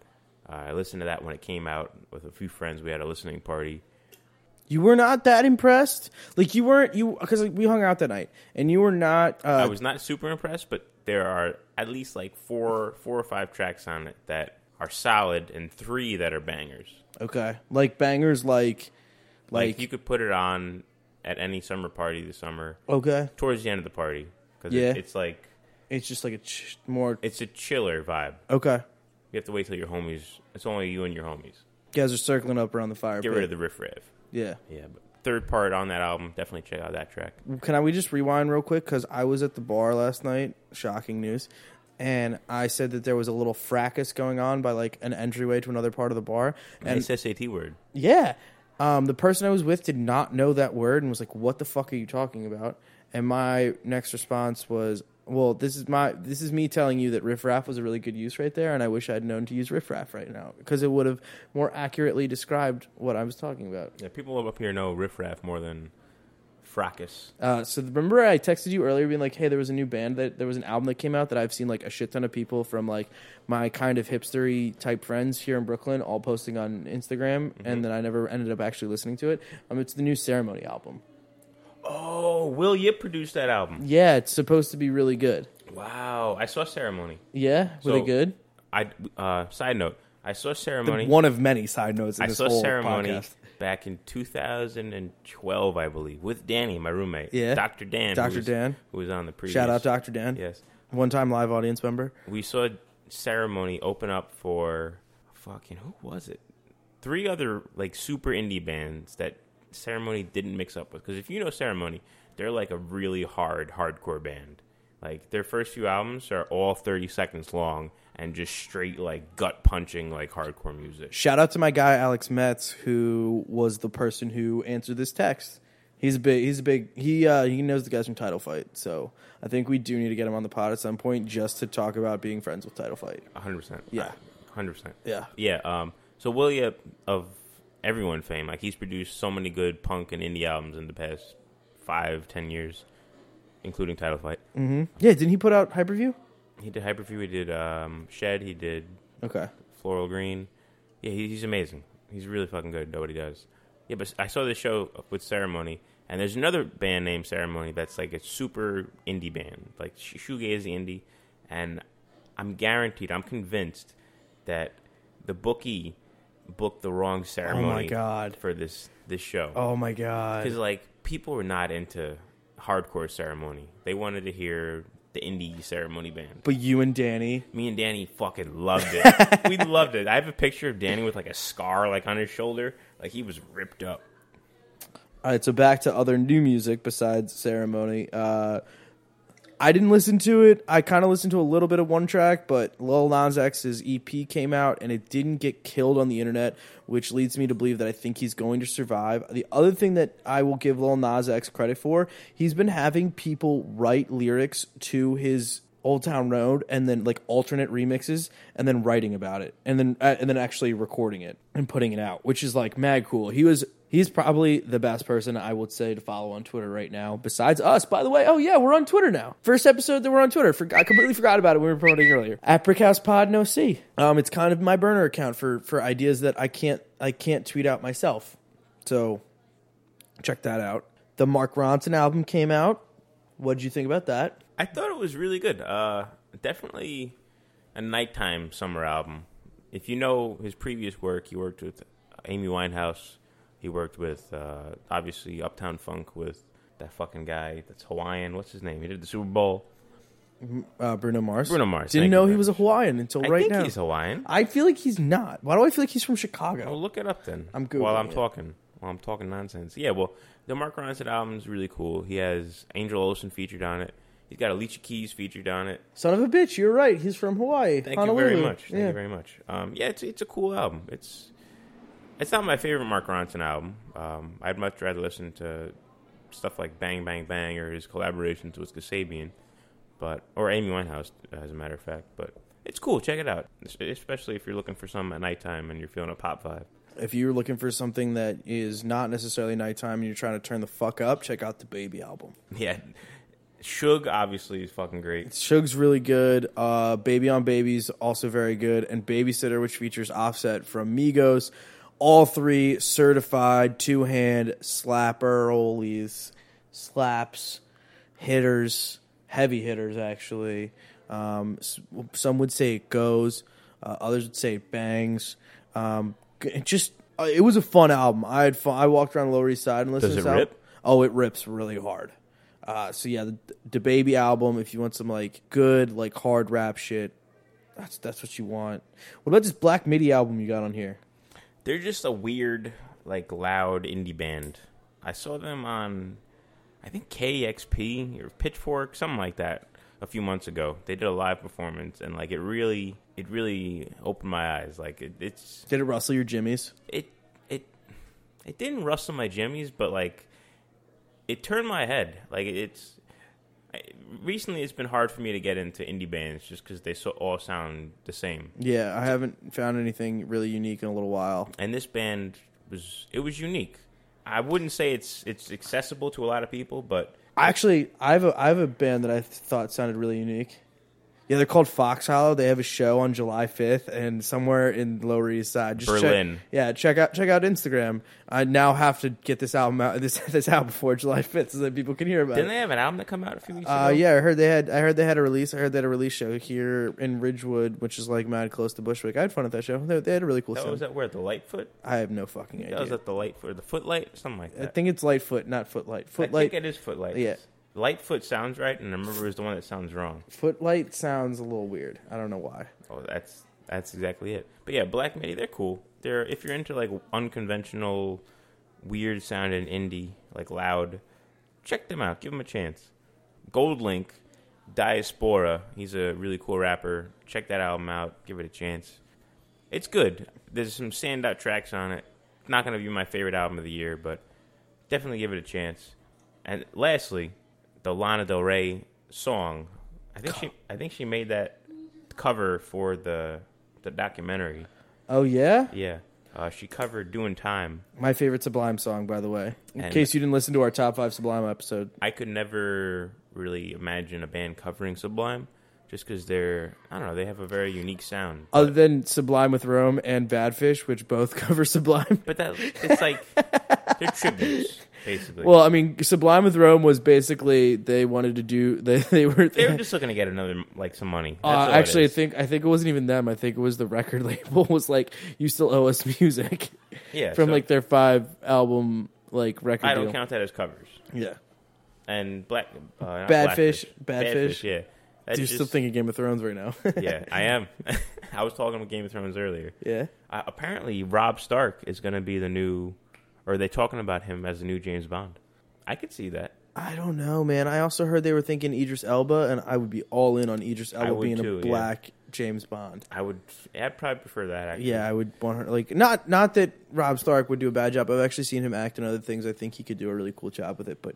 Speaker 2: Uh, I listened to that when it came out with a few friends. We had a listening party.
Speaker 1: You were not that impressed. Like you weren't you because like, we hung out that night and you were not.
Speaker 2: I
Speaker 1: Uh,
Speaker 2: was not super impressed, but there are at least like four, four or five tracks on it that are solid, and three that are bangers.
Speaker 1: okay, like bangers, like
Speaker 2: Like,
Speaker 1: like,
Speaker 2: you could put it on at any summer party this summer,
Speaker 1: okay.
Speaker 2: towards the end of the party, because
Speaker 1: Yeah.
Speaker 2: it, it's like
Speaker 1: It's just like a ch- more
Speaker 2: it's a chiller vibe.
Speaker 1: okay.
Speaker 2: You have to wait till your homies. It's only you and your homies.
Speaker 1: Guys are circling up around the fire.
Speaker 2: Get
Speaker 1: pit.
Speaker 2: rid of the riffraff.
Speaker 1: yeah.
Speaker 2: Yeah, but third part on that album, definitely check out that track.
Speaker 1: Can I we just rewind real quick because I was at the bar last night. Shocking news. And I said that there was a little fracas going on by like an entryway to another part of the bar. And
Speaker 2: It's SAT word.
Speaker 1: Yeah. Um, the person I was with did not know that word and was like, "What the fuck are you talking about?" And my next response was, "Well, this is my this is me telling you that riffraff was a really good use right there, and I wish I'd known to use riffraff right now because it would have more accurately described what I was talking about."
Speaker 2: Yeah, people up here know riffraff more than fracas.
Speaker 1: Uh, so remember, I texted you earlier, being like, "Hey, there was a new band that there was an album that came out that I've seen like a shit ton of people from like my kind of hipstery type friends here in Brooklyn all posting on Instagram, and then I never ended up actually listening to it. Um, it's the new Ceremony album.
Speaker 2: Oh, Will Yip produced that album.
Speaker 1: Yeah, it's supposed to be really good.
Speaker 2: Wow, I saw Ceremony.
Speaker 1: Yeah,
Speaker 2: So,
Speaker 1: were they good?
Speaker 2: I uh, side note, I saw Ceremony.
Speaker 1: One of many side notes in
Speaker 2: I
Speaker 1: this
Speaker 2: saw
Speaker 1: whole
Speaker 2: Ceremony
Speaker 1: podcast.
Speaker 2: back in 2012, I believe, with Danny, my roommate.
Speaker 1: Yeah.
Speaker 2: Dr. Dan. who
Speaker 1: Dr.
Speaker 2: was-
Speaker 1: Dan.
Speaker 2: who was on the previous.
Speaker 1: Shout out Dr. Dan.
Speaker 2: Yes.
Speaker 1: One time live audience member.
Speaker 2: we saw ceremony open up for fucking who was it? Three other like super indie bands that ceremony didn't mix up with. Because if you know ceremony, they're like a really hard hardcore band. Like their first few albums are all thirty seconds long and just straight like gut punching like hardcore music.
Speaker 1: Shout out to my guy Alex Metz, who was the person who answered this text. He's a big. He's a big. He uh, he knows the guys from Title Fight, so I think we do need to get him on the pod at some point just to talk about being friends with Title Fight.
Speaker 2: hundred percent.
Speaker 1: Yeah.
Speaker 2: hundred percent.
Speaker 1: Yeah.
Speaker 2: yeah. Um, so Willia of everyone fame, like he's produced so many good punk and indie albums in the past five, ten years, including Title Fight.
Speaker 1: Yeah, didn't he put out Hyperview?
Speaker 2: He did Hyperview. He did um, Shed. He did
Speaker 1: Okay,
Speaker 2: Floral Green. Yeah, he, he's amazing. He's really fucking good at what he does. Yeah, but I saw this show with Ceremony, and there's another band named Ceremony that's like a super indie band, like sh- shoegaze indie, and I'm guaranteed, I'm convinced that the bookie booked the wrong ceremony.
Speaker 1: Oh God.
Speaker 2: For this this show,
Speaker 1: Oh my god.
Speaker 2: because like people were not into hardcore ceremony. They wanted to hear the indie ceremony band
Speaker 1: But you and Danny,
Speaker 2: me and Danny fucking loved it. we loved it. I have a picture of Danny with like a scar like on his shoulder, like he was ripped up.
Speaker 1: All right, so back to other new music besides Ceremony. Uh, I didn't listen to it. I kind of listened to a little bit of one track, but Lil Nas X's EP came out and it didn't get killed on the internet, which leads me to believe that I think he's going to survive. The other thing that I will give Lil Nas X credit for, he's been having people write lyrics to his Old Town Road and then like alternate remixes and then writing about it and then uh, and then actually recording it and putting it out, which is like mad cool. He was he's probably the best person I would say to follow on Twitter right now. Besides us, by the way. Oh yeah, we're on Twitter now. First episode that we're on Twitter. Forgot, I completely forgot about it. when We were promoting earlier at Brickhouse Pod No C. Um, it's kind of my burner account for for ideas that I can't I can't tweet out myself. So check that out. The Mark Ronson album came out. What did you think about that?
Speaker 2: I thought it was really good. Uh, definitely a nighttime summer album. If you know his previous work, he worked with Amy Winehouse. He worked with uh, obviously Uptown Funk with that fucking guy that's Hawaiian. What's his name? He did the Super Bowl.
Speaker 1: Uh, Bruno Mars.
Speaker 2: Bruno Mars,
Speaker 1: Didn't
Speaker 2: thank
Speaker 1: know
Speaker 2: you
Speaker 1: he
Speaker 2: very
Speaker 1: was a Hawaiian until
Speaker 2: I
Speaker 1: right
Speaker 2: think
Speaker 1: now.
Speaker 2: he's Hawaiian.
Speaker 1: I feel like he's not. Why do I feel like he's from
Speaker 2: Well,
Speaker 1: Chicago?
Speaker 2: Oh, look it up then.
Speaker 1: I'm Googling
Speaker 2: While I'm
Speaker 1: it.
Speaker 2: talking, while I'm talking nonsense. Yeah, well, the Mark Ronson album's really cool. He has Angel Olsen featured on it. He's got Alicia Keys featured on it.
Speaker 1: Son of a bitch, you're right. He's from Hawaii.
Speaker 2: Thank
Speaker 1: Honolulu.
Speaker 2: you very much. Thank
Speaker 1: yeah.
Speaker 2: you very much. Um, yeah, it's it's a cool album. It's it's not my favorite Mark Ronson album. Um, I'd much rather listen to stuff like Bang Bang Bang or his collaborations with Kasabian, but or Amy Winehouse, as a matter of fact. But it's cool. Check it out, Es- especially if you're looking for some at nighttime and you're feeling a pop vibe.
Speaker 1: If you're looking for something that is not necessarily nighttime and you're trying to turn the fuck up, check out the Baby album.
Speaker 2: Yeah. Suge obviously is fucking great.
Speaker 1: Suge's really good. Uh, Baby on Baby's also very good, and Babysitter, which features Offset from Migos. All three certified two hand slapper rollies, slaps, hitters, heavy hitters actually. Um, s- some would say it goes, uh, others would say it bangs. Um, g- it just uh, it was a fun album. I had fun. I walked around the Lower East Side and listened
Speaker 2: Does
Speaker 1: to
Speaker 2: it
Speaker 1: this album.
Speaker 2: rip?
Speaker 1: Oh, it rips really hard. Uh, so yeah, the, the baby album. If you want some like good like hard rap shit, that's that's what you want. What about this Black Midi album you got on here?
Speaker 2: They're just a weird, like loud indie band. I saw them on I think KXP or Pitchfork, something like that, a few months ago. They did a live performance and like it really it really opened my eyes. Like it, it's
Speaker 1: Did it rustle your jimmies?
Speaker 2: it it it didn't rustle my jimmies, but like it turned my head. Like it's I, recently, it's been hard for me to get into indie bands just because they so, all sound the same.
Speaker 1: Yeah, I haven't found anything really unique in a little while.
Speaker 2: and this band was it was unique. I wouldn't say it's it's accessible to a lot of people, but
Speaker 1: Actually, I have a I have a band that I thought sounded really unique. Yeah, they're called Fox Hollow. They have a show on July fifth and somewhere in Lower East Side. Just check-
Speaker 2: Berlin.
Speaker 1: yeah, check out check out Instagram. I now have to get this album out this this album before July fifth so that people can hear about
Speaker 2: didn't
Speaker 1: it.
Speaker 2: they have an album that come out a few weeks ago?
Speaker 1: Uh, yeah, I heard they had. I heard they had a release. I heard they had a release show here in Ridgewood, which is like mad close to Bushwick. I had fun at that show. They, they had a really cool
Speaker 2: that
Speaker 1: show.
Speaker 2: was at where the Lightfoot.
Speaker 1: I have no fucking idea.
Speaker 2: That was at the Lightfoot, or the Footlight, something like
Speaker 1: I
Speaker 2: that.
Speaker 1: think it's Lightfoot, not Footlight.
Speaker 2: I
Speaker 1: Footlight.
Speaker 2: think it is Footlight.
Speaker 1: Yeah.
Speaker 2: Lightfoot sounds right, and I remember it was the one that sounds wrong.
Speaker 1: Footlight sounds a little weird. I don't know why.
Speaker 2: Oh, that's that's exactly it. But yeah, Black Midi, they're cool. They're if you're into like unconventional, weird sounding indie, like loud, check them out. Give them a chance. Gold Link, Diaspora. He's a really cool rapper. Check that album out. Give it a chance. It's good. There's some standout tracks on it. Not gonna be my favorite album of the year, but definitely give it a chance. And lastly, the Lana Del Rey song. I think she I think she made that cover for the the documentary.
Speaker 1: Oh yeah,
Speaker 2: Yeah. Uh, she covered Doing Time.
Speaker 1: my favorite Sublime song, by the way. In
Speaker 2: And-
Speaker 1: case you didn't listen to our top five Sublime episode,
Speaker 2: I could never really imagine a band covering Sublime just because they're, I don't know, they have a very unique sound.
Speaker 1: other than Sublime with Rome and Badfish, which both cover Sublime.
Speaker 2: But that it's like they're tributes, basically.
Speaker 1: Well, I mean, Sublime with Rome was basically they wanted to do they they were.
Speaker 2: they were just looking to get another, like, some money. That's
Speaker 1: uh,
Speaker 2: all it
Speaker 1: actually, I
Speaker 2: is.
Speaker 1: think I think it wasn't even them. I think it was the record label was like, "You still owe us music."
Speaker 2: Yeah,
Speaker 1: from
Speaker 2: so-
Speaker 1: like their five album like record.
Speaker 2: I don't
Speaker 1: deal.
Speaker 2: count that as covers.
Speaker 1: Yeah,
Speaker 2: And Black, uh, not
Speaker 1: Bad
Speaker 2: Blackfish.
Speaker 1: Fish, Bad Fish.
Speaker 2: yeah. That's
Speaker 1: do you still
Speaker 2: just-
Speaker 1: thinking Game of Thrones right now?
Speaker 2: Yeah, I am. I was talking about Game of Thrones earlier.
Speaker 1: yeah.
Speaker 2: Uh, apparently, Rob Stark is going to be the new, or they're talking about him as the new James Bond. I could see that.
Speaker 1: I don't know, man. I also heard they were thinking Idris Elba, and I would be all in on Idris Elba
Speaker 2: would
Speaker 1: being
Speaker 2: too,
Speaker 1: a
Speaker 2: yeah.
Speaker 1: black James Bond.
Speaker 2: I would. I'd probably prefer that. Actually.
Speaker 1: Yeah, I would want her like not not that Rob Stark would do a bad job. I've actually seen him act in other things. I think he could do a really cool job with it. But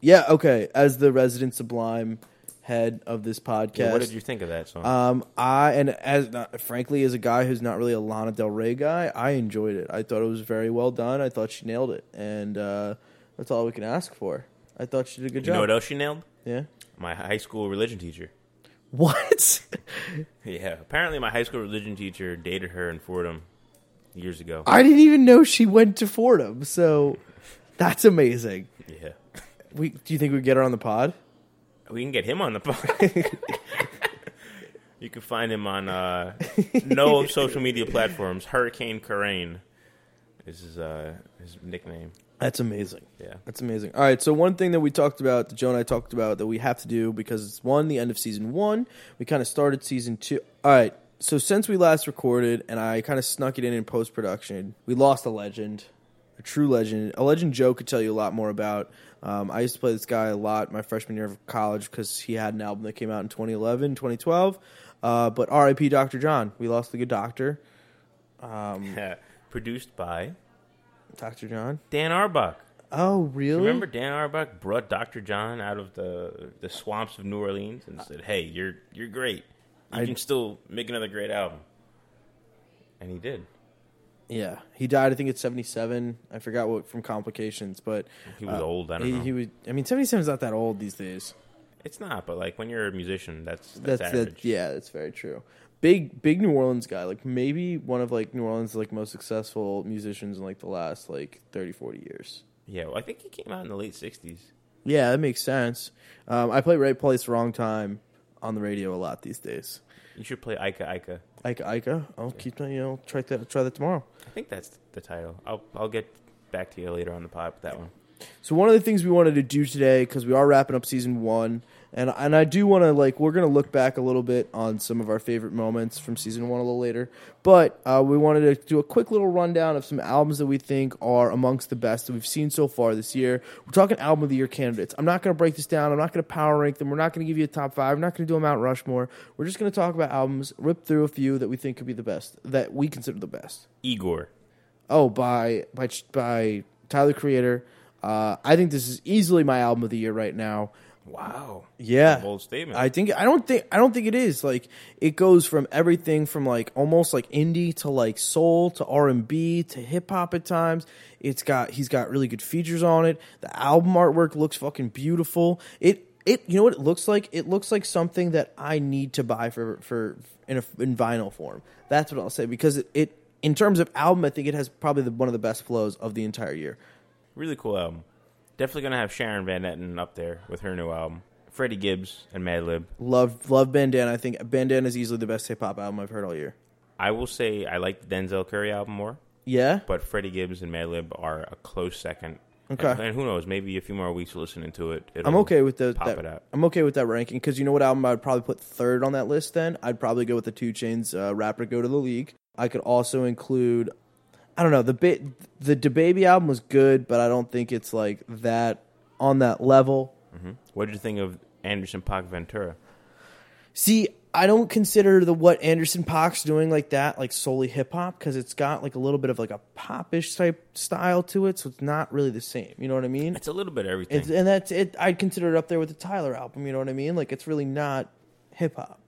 Speaker 1: yeah, okay. As the resident sublime head of this podcast,
Speaker 2: Yeah, What did you think of that song?
Speaker 1: Um, I and as not, frankly as a guy who's not really a Lana Del Rey guy, I enjoyed it. I thought it was very well done. I thought she nailed it, and uh, that's all we can ask for. I thought she did a good
Speaker 2: you know
Speaker 1: job.
Speaker 2: what else she nailed?
Speaker 1: yeah.
Speaker 2: My high school religion teacher.
Speaker 1: What?
Speaker 2: Yeah. Apparently, my high school religion teacher dated her in Fordham years ago.
Speaker 1: I didn't even know she went to Fordham. So that's amazing.
Speaker 2: yeah.
Speaker 1: We do you think we get her on the pod?
Speaker 2: We can get him on the podcast. you can find him on uh, no social media platforms. Hurricane Corain. This is uh, his nickname.
Speaker 1: That's amazing.
Speaker 2: Yeah.
Speaker 1: That's amazing. All right. So, one thing that we talked about, that Joe and I talked about, that we have to do because it's one, the end of season one. We kind of started season two. All right. So, since we last recorded and I kind of snuck it in in post production, we lost a legend, a true legend. A legend Joe could tell you a lot more about. Um, I used to play this guy a lot my freshman year of college because he had an album that came out in 2011, 2012. Uh, but RIP Dr. John. We lost the good doctor,
Speaker 2: Produced by
Speaker 1: Dr. John.
Speaker 2: Dan Arbach.
Speaker 1: Oh, really?
Speaker 2: Remember Dan Arbach brought Dr. John out of the the swamps of New Orleans and said, "Hey, you're you're great. You can still make another great album." And he did.
Speaker 1: Yeah, he died. I think at seventy-seven. I forgot what from complications, but
Speaker 2: He was old, I don't
Speaker 1: Uh, he,
Speaker 2: know.
Speaker 1: He was. I mean, seventy-seven is not that old these days.
Speaker 2: It's not, but like when you're a musician, that's that's,
Speaker 1: That's,
Speaker 2: average.
Speaker 1: that. Yeah, that's very true. Big, big New Orleans guy. Like maybe one of like New Orleans like most successful musicians in like the last like 30, 40 years.
Speaker 2: Yeah, well, I think he came out in the late '60s.
Speaker 1: Yeah, that makes sense. Um, I play right place, wrong time on the radio a lot these days.
Speaker 2: You should play Ica Ica.
Speaker 1: Ike Ica, I'll keep that. You know, try that. Try that tomorrow.
Speaker 2: I think that's the title. I'll I'll get back to you later on the pod with that one.
Speaker 1: So one of the things we wanted to do today, because we are wrapping up season one, and and I do want to like we're gonna look back a little bit on some of our favorite moments from season one a little later, but uh, we wanted to do a quick little rundown of some albums that we think are amongst the best that we've seen so far this year. We're talking album of the year candidates. I'm not gonna break this down. I'm not gonna power rank them. We're not gonna give you a top five. We're not gonna do a Mount Rushmore. We're just gonna talk about albums, rip through a few that we think could be the best that we consider the best.
Speaker 2: Igor.
Speaker 1: Oh, by by by Tyler Creator. Uh, I think this is easily my album of the year right now.
Speaker 2: Wow.
Speaker 1: Yeah,
Speaker 2: bold statement.
Speaker 1: I think I don't think I don't think it is like it goes from everything from like almost like indie to like soul to R and B to hip hop at times. It's got he's got really good features on it. The album artwork looks fucking beautiful. It it you know what it looks like? It looks like something that I need to buy for for in a, in vinyl form. That's what I'll say because it, it in terms of album, I think it has probably the, one of the best flows of the entire year.
Speaker 2: Really cool album. Definitely gonna have Sharon Van Etten up there with her new album. Freddie Gibbs and Madlib.
Speaker 1: Love love Bandana. I think Bandana is easily the best hip hop album I've heard all year.
Speaker 2: I will say I like the Denzel Curry album more,
Speaker 1: Yeah.
Speaker 2: but Freddie Gibbs and Madlib are a close second.
Speaker 1: Okay.
Speaker 2: And, and who knows? Maybe a few more weeks of listening to it. It'll
Speaker 1: I'm okay with the,
Speaker 2: pop
Speaker 1: that.
Speaker 2: it out.
Speaker 1: I'm okay with that ranking because you know what album I'd probably put third on that list. Then I'd probably go with the Two Chains uh, rapper "Go to the League." I could also include, I don't know, the bit the DaBaby album was good, but I don't think it's like that on that level.
Speaker 2: What did you think of Anderson Pac Ventura?
Speaker 1: See, I don't consider the what Anderson Pox doing like that like solely hip hop because it's got like a little bit of like a popish type style to it, so it's not really the same. You know what I mean?
Speaker 2: It's a little bit of everything.
Speaker 1: It's, and that's it. I'd consider it up there with the Tyler album. You know what I mean? Like it's really not hip hop.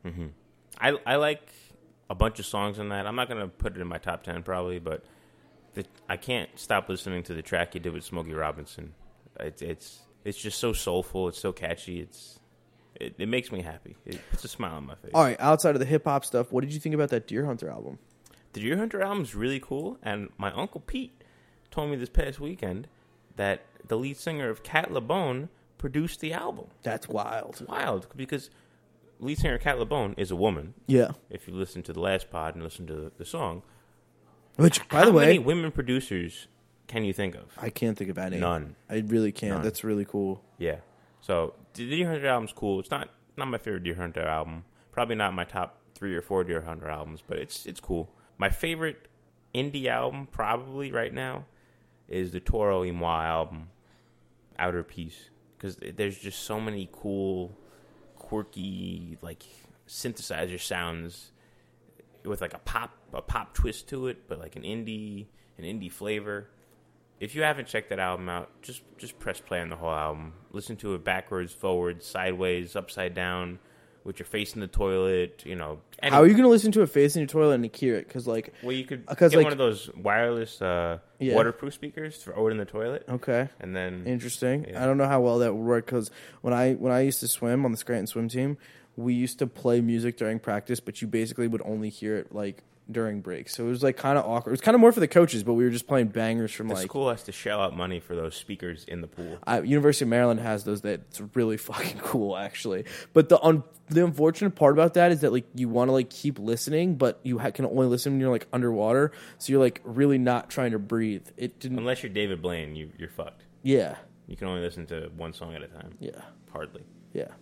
Speaker 2: I I like a bunch of songs on that. I'm not gonna put it in my top ten probably, but the, I can't stop listening to the track you did with Smokey Robinson. It's it's it's just so soulful. It's so catchy. It's it, it makes me happy. It puts a smile on my face.
Speaker 1: All right, outside of the hip hop stuff, what did you think about that Deer Hunter album?
Speaker 2: The Deer Hunter album's really cool, and my uncle Pete told me this past weekend that the lead singer of Cat LaBone produced the album.
Speaker 1: That's wild.
Speaker 2: Wild because lead singer Cat LaBone is a woman.
Speaker 1: Yeah.
Speaker 2: If you listen to the last pod and listen to the, the song,
Speaker 1: Which, by
Speaker 2: How
Speaker 1: the way,
Speaker 2: many women producers can you think of?
Speaker 1: I can't think of any.
Speaker 2: None.
Speaker 1: I really can't.
Speaker 2: None.
Speaker 1: That's really cool.
Speaker 2: Yeah. So the Deer Hunter album's cool. It's not not my favorite Deer Hunter album. Probably not my top three or four Deer Hunter albums, but it's it's cool. My favorite indie album probably right now is the Toro y Moi album, Outer Peace, because there's just so many cool, quirky like synthesizer sounds with like a pop a pop twist to it, but like an indie an indie flavor if you haven't checked that album out, just just press play on the whole album. Listen to it backwards, forwards, sideways, upside down, with your face in the toilet. You know, any,
Speaker 1: How are you going to listen to a face in your toilet and hear it? Because like,
Speaker 2: Well, you could get
Speaker 1: 'Cause, like-
Speaker 2: one of those wireless uh,
Speaker 1: Yeah.
Speaker 2: waterproof speakers, throw it in the toilet,
Speaker 1: okay,
Speaker 2: and then
Speaker 1: interesting.
Speaker 2: Yeah.
Speaker 1: I don't know how well that would work because when I when I used to swim on the Scranton swim team, we used to play music during practice, but you basically would only hear it like during breaks. So it was like kind of awkward. It was kind of more for the coaches, but we were just playing bangers from
Speaker 2: the
Speaker 1: like
Speaker 2: school has to shell out money for those speakers in the pool.
Speaker 1: I, University of Maryland has those. That it's really fucking cool, actually. But the un, the unfortunate part about that is that like you want to like keep listening, but you ha- can only listen when you're like underwater, so you're like really not trying to breathe. It didn't.
Speaker 2: Unless you're David Blaine, you, you're fucked.
Speaker 1: yeah,
Speaker 2: You can only listen to one song at a time.
Speaker 1: yeah,
Speaker 2: hardly.
Speaker 1: yeah.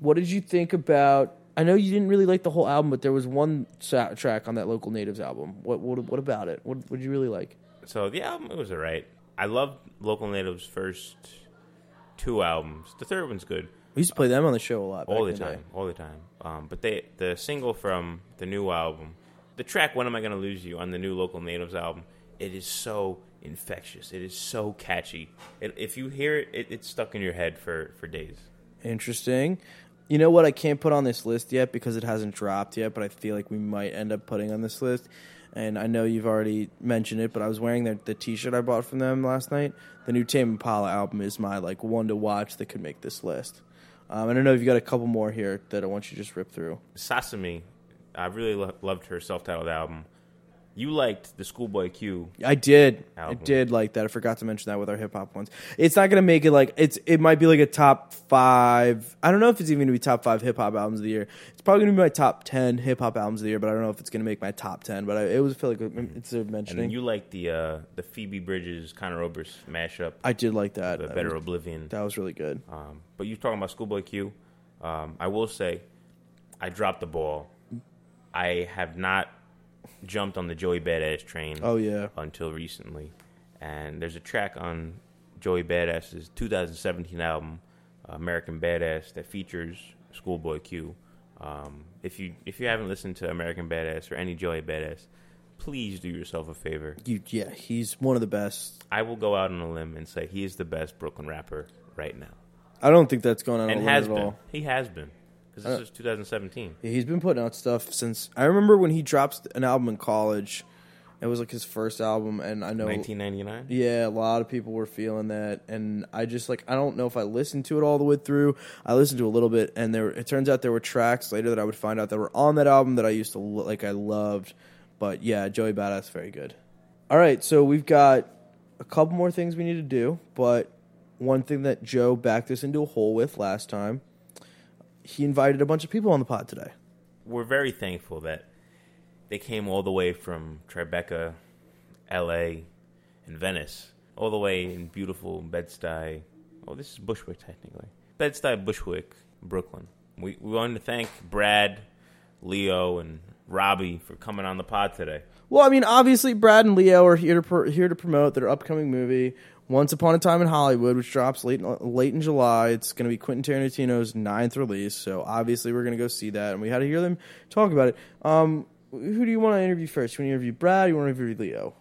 Speaker 1: What did you think about? I know you didn't really like the whole album, but there was one sa- track on that local natives album. What what what about it? What what did you really like?
Speaker 2: So the album it was alright. I loved Local Native's first two albums. The third one's good.
Speaker 1: We used to play them on the show a lot. Back
Speaker 2: all the
Speaker 1: in day.
Speaker 2: time, all the time. Um, but they the single from the new album, the track "When Am I Gonna Lose You" on the new Local Natives album, it is so infectious. It is so catchy. It, if you hear it, it, it's stuck in your head for for days.
Speaker 1: Interesting. You know what I can't put on this list yet because it hasn't dropped yet, but I feel like we might end up putting on this list. And I know you've already mentioned it, but I was wearing the, the T-shirt I bought from them last night. The new Tame Impala album is my like one to watch that could make this list. Um, and I don't know if you got a couple more here that I want you to just rip through.
Speaker 2: Sasami, I really lo- loved her self-titled album. You liked the Schoolboy Q.
Speaker 1: I did.
Speaker 2: Album.
Speaker 1: I did like that. I forgot to mention that with our hip hop ones. It's not gonna make it like it's. It might be like a top five. I don't know if it's even gonna be top five hip hop albums of the year. It's probably gonna be my top ten hip hop albums of the year, but I don't know if it's gonna make my top ten. But I, it was I feel like it's a
Speaker 2: And then
Speaker 1: mentioning.
Speaker 2: you liked the uh, the Phoebe Bridges Conor Oberst mashup,
Speaker 1: I did like that.
Speaker 2: the
Speaker 1: That
Speaker 2: Better
Speaker 1: was,
Speaker 2: Oblivion.
Speaker 1: that was really good.
Speaker 2: Um, but you're talking about Schoolboy Q. Um, I will say, I dropped the ball. I have not jumped on the Joey Badass train.
Speaker 1: Oh, yeah.
Speaker 2: until recently. And there's a track on Joey Badass's 2017 album, American Badass, that features Schoolboy Q. Um, if you if you haven't listened to American Badass or any Joey Badass, please do yourself a favor.
Speaker 1: You yeah, he's one of the best.
Speaker 2: I will go out on a limb and say he is the best Brooklyn rapper right now
Speaker 1: I don't think that's going on
Speaker 2: and
Speaker 1: a
Speaker 2: has
Speaker 1: lot at
Speaker 2: been.
Speaker 1: all.
Speaker 2: He has been because this is 2017.
Speaker 1: Yeah, he's been putting out stuff since. I remember when he dropped an album in college. It was like his first album, and I know
Speaker 2: 1999.
Speaker 1: Yeah, a lot of people were feeling that, and I just like I don't know if I listened to it all the way through. I listened to a little bit, and there it turns out there were tracks later that I would find out that were on that album that I used to lo- like I loved, but yeah, Joey Badass very good. All right, so we've got a couple more things we need to do, but one thing that Joe backed us into a hole with last time, he invited a bunch of people on the pod today.
Speaker 2: We're very thankful that they came all the way from Tribeca, L.A., and Venice, all the way in beautiful Bed-Stuy. Oh, this is Bushwick technically. Bed-Stuy, Bushwick, Brooklyn. We we wanted to thank Brad, Leo, and Robbie for coming on the pod today.
Speaker 1: Well, I mean, obviously, Brad and Leo are here to pr- here to promote their upcoming movie. Once Upon a Time in Hollywood, which drops late in, late in July. It's going to be Quentin Tarantino's ninth release, so obviously we're going to go see that, and we had to hear them talk about it. Um, who do you want to interview first? You want to interview Brad? Or you want to interview Leo?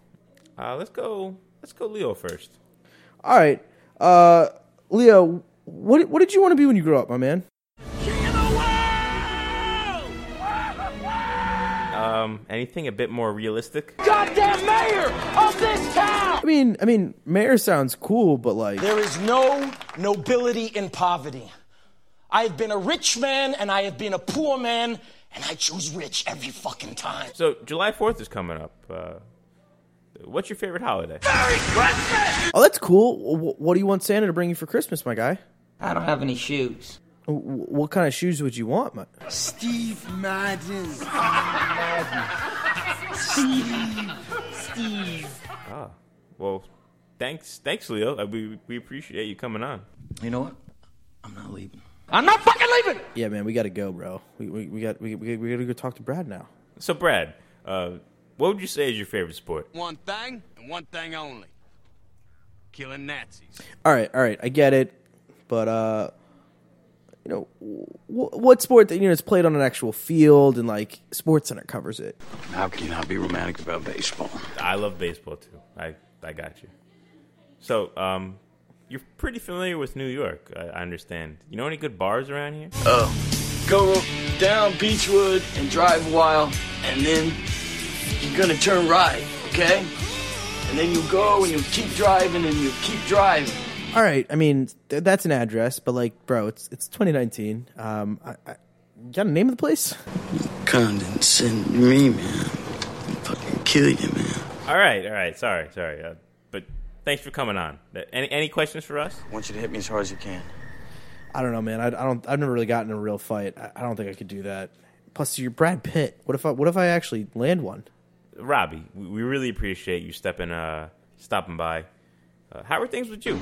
Speaker 2: Uh, let's go. Let's go, Leo first.
Speaker 1: All right, uh, Leo, what what did you want to be when you grew up, my man?
Speaker 2: Um, anything a bit more realistic?
Speaker 9: goddamn mayor of this town!
Speaker 1: I mean, I mean, mayor sounds cool, but like,
Speaker 9: There is no nobility in poverty. I have been a rich man and I have been a poor man, and I choose rich every fucking time.
Speaker 2: So July Fourth is coming up. Uh, what's your favorite holiday?
Speaker 1: oh, that's cool. Wh- What do you want Santa to bring you for Christmas, my guy?
Speaker 10: I don't have any shoes.
Speaker 1: Wh- What kind of shoes would you want, my?
Speaker 11: Steve Madden.
Speaker 2: Well, thanks, thanks, Leo. Uh, We we appreciate you coming on.
Speaker 10: You know what? I'm not leaving.
Speaker 9: I'm not fucking leaving!
Speaker 1: Yeah, man, we gotta go, bro. We we, we got we, we, we gotta go talk to Brad now.
Speaker 2: So Brad, uh, what would you say is your favorite sport?
Speaker 11: One thing and one thing only. Killing Nazis.
Speaker 1: All right, all right, I get it, but uh, you know, wh- what sport that you know is played on an actual field and like Sports Center covers it.
Speaker 3: How can you not be romantic about baseball?
Speaker 2: I love baseball too. I I got you. So um, you're pretty familiar with New York. I, I understand. You know any good bars around here?
Speaker 9: Go down Beechwood and drive a while, and then you're gonna turn right, okay? And then you go and you keep driving and you keep driving.
Speaker 1: All right, I mean th- that's an address, but like, bro, it's it's 2019. Um, I, I you got a name of the place?
Speaker 11: Condescend me, man. Fucking kill you, man.
Speaker 2: All right, all right. Sorry, sorry. Uh, but thanks for coming on. Uh, Any any questions for us?
Speaker 11: I want you to hit me as hard as you can.
Speaker 1: I don't know, man. I, I don't. I've never really gotten in a real fight. I, I don't think I could do that. Plus, you're Brad Pitt. What if I? What if I actually land one?
Speaker 2: Robbie, we, we really appreciate you stepping uh stopping by. Uh, how are things with you?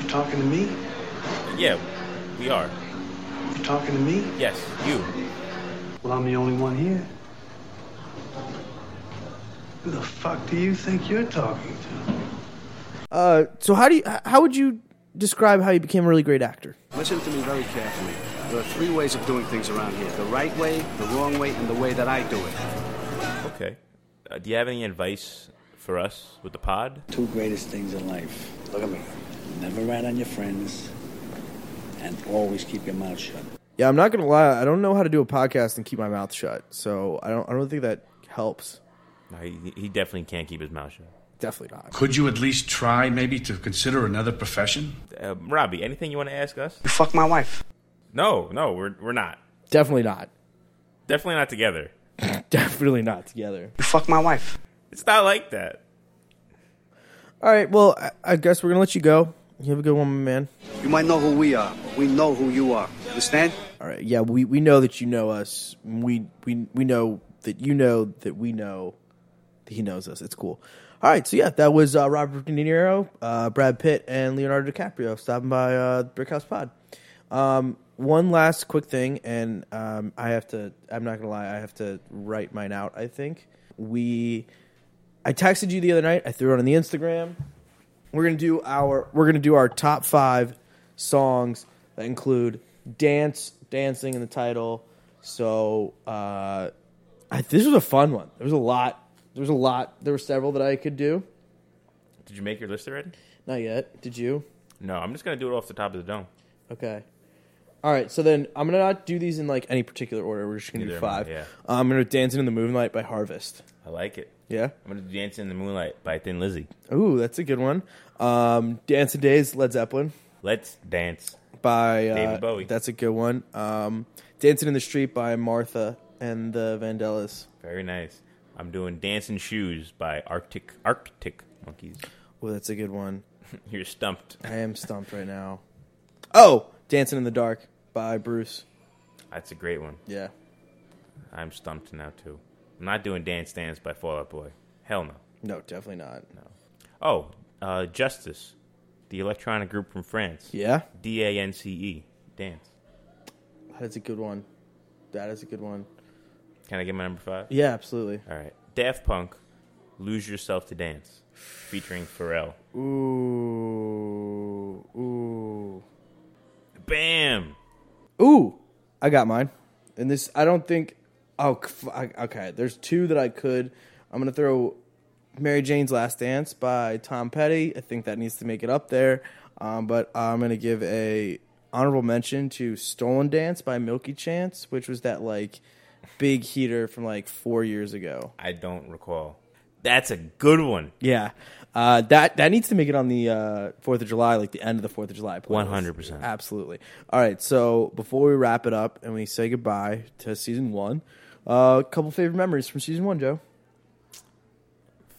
Speaker 11: You talking to me?
Speaker 2: Yeah, we are.
Speaker 11: You talking to me?
Speaker 2: Yes, you.
Speaker 11: Well, I'm the only one here. Who the fuck do you think you're talking to?
Speaker 1: Uh, so how do you? h- How would you describe how you became a really great actor?
Speaker 11: Listen to me very carefully. There are three ways of doing things around here the right way, the wrong way, and the way that I do it.
Speaker 2: Okay. Uh, do you have any advice for us with the pod?
Speaker 11: Two greatest things in life. Look at me. Never rat on your friends, and always keep your mouth shut.
Speaker 1: Yeah, I'm not gonna lie. I don't know how to do a podcast and keep my mouth shut. So I don't. I don't think that helps.
Speaker 2: No, he, he definitely can't keep his mouth shut.
Speaker 1: Definitely not.
Speaker 12: Could you at least try maybe to consider another profession?
Speaker 2: Uh, Robbie, anything you want to ask us?
Speaker 11: You fuck my wife.
Speaker 2: No, no, we're we're not.
Speaker 1: Definitely not.
Speaker 2: Definitely not together.
Speaker 1: Definitely not together.
Speaker 11: You fuck my wife.
Speaker 2: It's not like that.
Speaker 1: All right. Well, I, I guess we're gonna let you go. You have a good one, my man.
Speaker 11: You might know who we are, but we know who you are. Understand?
Speaker 1: All right. Yeah, we, we know that you know us. We we we know that you know that we know that he knows us. It's cool. All right. So yeah, that was uh, Robert De Niro, uh, Brad Pitt, and Leonardo DiCaprio stopping by uh, Brick House Pod. Um, one last quick thing, and um, I have to. I'm not gonna lie. I have to write mine out. I think we. I texted you the other night. I threw it on the Instagram. We're gonna do our we're gonna do our top five songs that include dance dancing in the title. So uh, I, this was a fun one. There was a lot. There was a lot. There were several that I could do.
Speaker 2: Did you make your list already?
Speaker 1: Not yet. Did you?
Speaker 2: No, I'm just gonna do it off the top of the dome.
Speaker 1: Okay. All right. So then I'm gonna not do these in like any particular order. We're just gonna do
Speaker 2: Neither am I,
Speaker 1: five.
Speaker 2: yeah.
Speaker 1: Uh, I'm gonna do dancing in the moonlight by Harvest.
Speaker 2: I like it.
Speaker 1: Yeah.
Speaker 2: I'm gonna do Dancing in the Moonlight by Thin Lizzy.
Speaker 1: Ooh, that's a good one. Um, dancing days, Led Zeppelin.
Speaker 2: Let's dance.
Speaker 1: by uh,
Speaker 2: David Bowie.
Speaker 1: That's a good one. Um, Dancing in the Street by Martha and the Vandellas.
Speaker 2: Very nice. I'm doing Dancing Shoes by Arctic Arctic Monkeys.
Speaker 1: Oh, that's a good one.
Speaker 2: You're stumped.
Speaker 1: I am stumped right now. Oh, Dancing in the Dark by Bruce.
Speaker 2: That's a great one.
Speaker 1: Yeah.
Speaker 2: I'm stumped now too. I'm not doing Dance Dance by Fall Out Boy. Hell no.
Speaker 1: No, definitely not.
Speaker 2: Oh, uh, Justice, the electronic group from France.
Speaker 1: Yeah,
Speaker 2: D A N C E. Dance.
Speaker 1: that is a good one. That is a good one.
Speaker 2: Can I get my number five?
Speaker 1: Yeah, absolutely.
Speaker 2: All right. Daft Punk, Lose Yourself to Dance, featuring Pharrell.
Speaker 1: Ooh, ooh,
Speaker 2: bam.
Speaker 1: Ooh, I got mine. And this, I don't think. Oh, c- I- okay. There's two that I could. I'm gonna throw Mary Jane's Last Dance by Tom Petty. I think that needs to make it up there. Um, but I'm gonna give a honorable mention to Stolen Dance by Milky Chance, which was that like big heater from like four years ago.
Speaker 2: I don't recall. That's a good one.
Speaker 1: Yeah, uh, that that needs to make it on the uh, Fourth of July, like the end of the Fourth of July. playlist.
Speaker 2: 100%.
Speaker 1: absolutely. All right, so before we wrap it up and we say goodbye to season one, a uh, couple favorite memories from season one, Joe.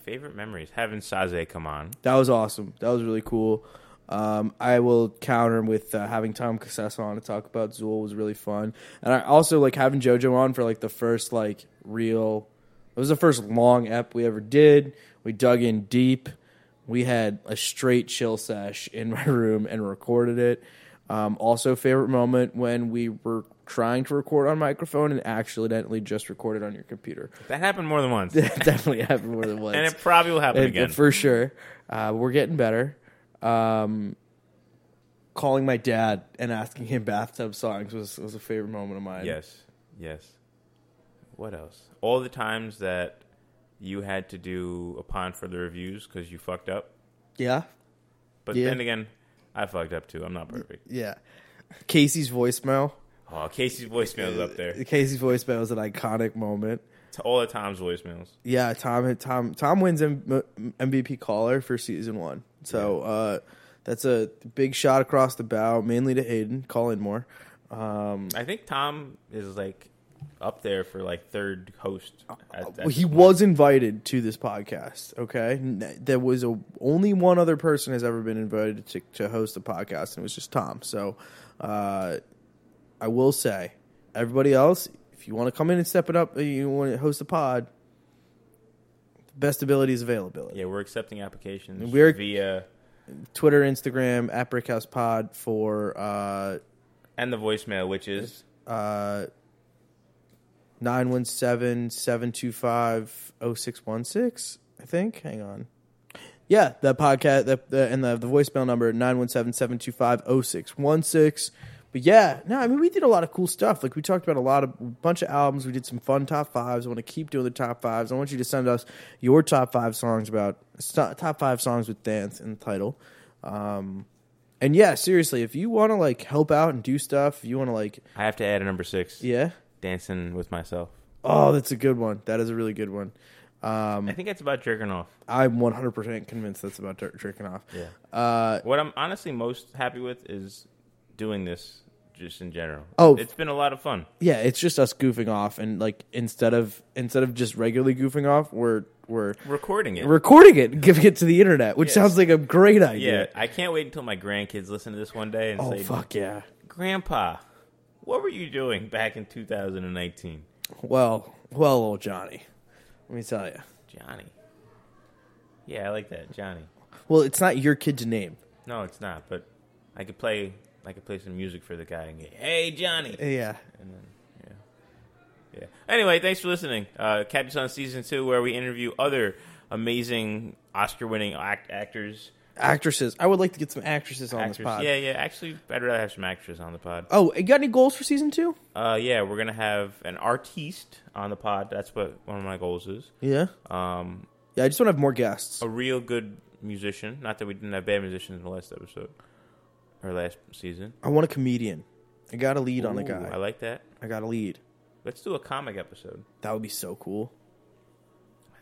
Speaker 2: Favorite memories: having Saze come on.
Speaker 1: That was awesome. That was really cool. Um, I will counter with uh, having Tom Casas on to talk about Zool was really fun, and I also like having JoJo on for like the first like real. It was the first long ep we ever did. We dug in deep. We had a straight chill sesh in my room and recorded it. Um, also, favorite moment when we were trying to record on microphone and accidentally just recorded on your computer.
Speaker 2: That happened more than once,
Speaker 1: That definitely happened more than once.
Speaker 2: and it probably will happen
Speaker 1: It-
Speaker 2: again.
Speaker 1: for sure. Uh, we're getting better. Um, calling my dad and asking him bathtub songs was, was a favorite moment of mine.
Speaker 2: yes, yes. What else? All the times that you had to do upon further reviews because you fucked up.
Speaker 1: Yeah.
Speaker 2: But
Speaker 1: Yeah.
Speaker 2: then again, I fucked up too. I'm not perfect.
Speaker 1: Yeah. Casey's voicemail.
Speaker 2: Oh, Casey's voicemail's up there.
Speaker 1: Casey's voicemail was an iconic moment.
Speaker 2: To all the Tom's voicemails.
Speaker 1: Yeah, Tom Tom Tom wins M- M- MVP caller for season one. So uh, that's a big shot across the bow, mainly to Hayden. Call in more. Um,
Speaker 2: I think Tom is like up there for like third host. at- at
Speaker 1: Uh, Well, he
Speaker 2: this point.
Speaker 1: was invited to this podcast. Okay, N- there was a, only one other person has ever been invited to, to host the podcast, and it was just Tom. So, uh, I will say, everybody else, if you want to come in and step it up, uh, you want to host a pod. Best ability is availability.
Speaker 2: Yeah, we're accepting applications
Speaker 1: We're-
Speaker 2: via
Speaker 1: Twitter, Instagram, at Brickhouse Pod for uh,
Speaker 2: and the voicemail, which is
Speaker 1: 917-725-0616 i think hang on yeah the podcast the, the, and the, the voicemail number 917-725-0616 but yeah no i mean we did a lot of cool stuff like we talked about a lot of a bunch of albums we did some fun top fives i want to keep doing the top fives i want you to send us your top five songs about sto- top five songs with dance in the title um and yeah seriously if you want to like help out and do stuff if you want to like
Speaker 2: I have to add a number six.
Speaker 1: yeah
Speaker 2: Dancing with myself.
Speaker 1: Oh, that's a good one. That is a really good one. Um,
Speaker 2: I think that's about jerking off.
Speaker 1: I'm 100% convinced that's about jerk- jerking off.
Speaker 2: Yeah. what I'm honestly most happy with is doing this just in general.
Speaker 1: Oh.
Speaker 2: It's been a lot of fun.
Speaker 1: Yeah, it's just us goofing off and like instead of instead of just regularly goofing off, we're we're
Speaker 2: Recording it.
Speaker 1: recording it, and giving it to the internet, which
Speaker 2: Yes.
Speaker 1: sounds like a great
Speaker 2: yeah,
Speaker 1: idea.
Speaker 2: I can't wait until my grandkids listen to this one day and
Speaker 1: Oh
Speaker 2: say,
Speaker 1: fuck yeah.
Speaker 2: Grandpa, what were you doing back in 2019?
Speaker 1: Well, well, old Johnny. Let me tell you.
Speaker 2: Johnny. Yeah, I like that, Johnny.
Speaker 1: Well, it's not your kid's name.
Speaker 2: No, it's not, but I could play I could play some music for the guy and get, "Hey, Johnny."
Speaker 1: Yeah.
Speaker 2: Yeah. Anyway, thanks for listening. Uh, catch us on season two where we interview other amazing Oscar-winning act- actors.
Speaker 1: Actresses. I would like to get some actresses on this
Speaker 2: actors.
Speaker 1: pod.
Speaker 2: Yeah, yeah. Actually, I'd rather have some actors on the pod.
Speaker 1: Oh, you got any goals for season 2?
Speaker 2: Uh, yeah, we're gonna have an artiste on the pod. That's what one of my goals is.
Speaker 1: Yeah.
Speaker 2: Um,
Speaker 1: Yeah, I just want to have more guests.
Speaker 2: a real good musician. Not that we didn't have bad musicians in the last episode or last season.
Speaker 1: I want a comedian. I got a lead on a
Speaker 2: Ooh,
Speaker 1: guy.
Speaker 2: I like that.
Speaker 1: I got a lead.
Speaker 2: Let's do a comic episode.
Speaker 1: That would be so cool.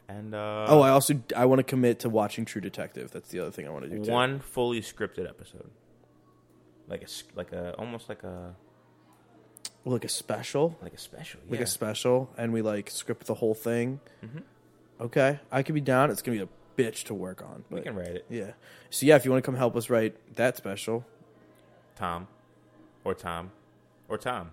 Speaker 2: And uh,
Speaker 1: Oh, I also I want to commit to watching True Detective. That's the other thing I want to do. Too.
Speaker 2: one fully scripted episode. Like a s- like a almost like a
Speaker 1: like a special,
Speaker 2: like a special. Yeah. Mm-hmm.
Speaker 1: like a special, and we like script the whole thing. Okay, I could be down. It's gonna be a bitch to work on. But
Speaker 2: we can write it.
Speaker 1: Yeah. So yeah, if you want to come help us write that special,
Speaker 2: Tom, or Tom, or Tom,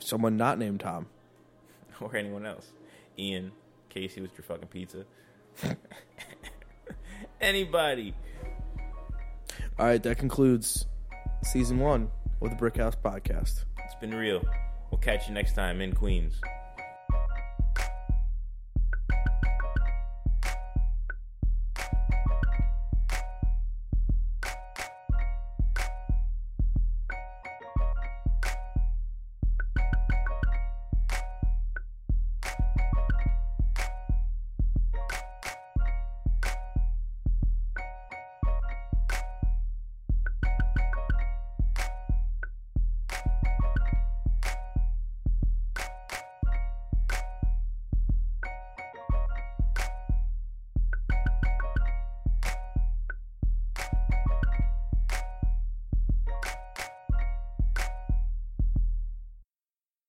Speaker 1: someone not named Tom.
Speaker 2: or anyone else. Ian, Casey with your fucking pizza. Anybody.
Speaker 1: All right, that concludes season one of the Brick House Podcast.
Speaker 2: It's been real. We'll catch you next time in Queens.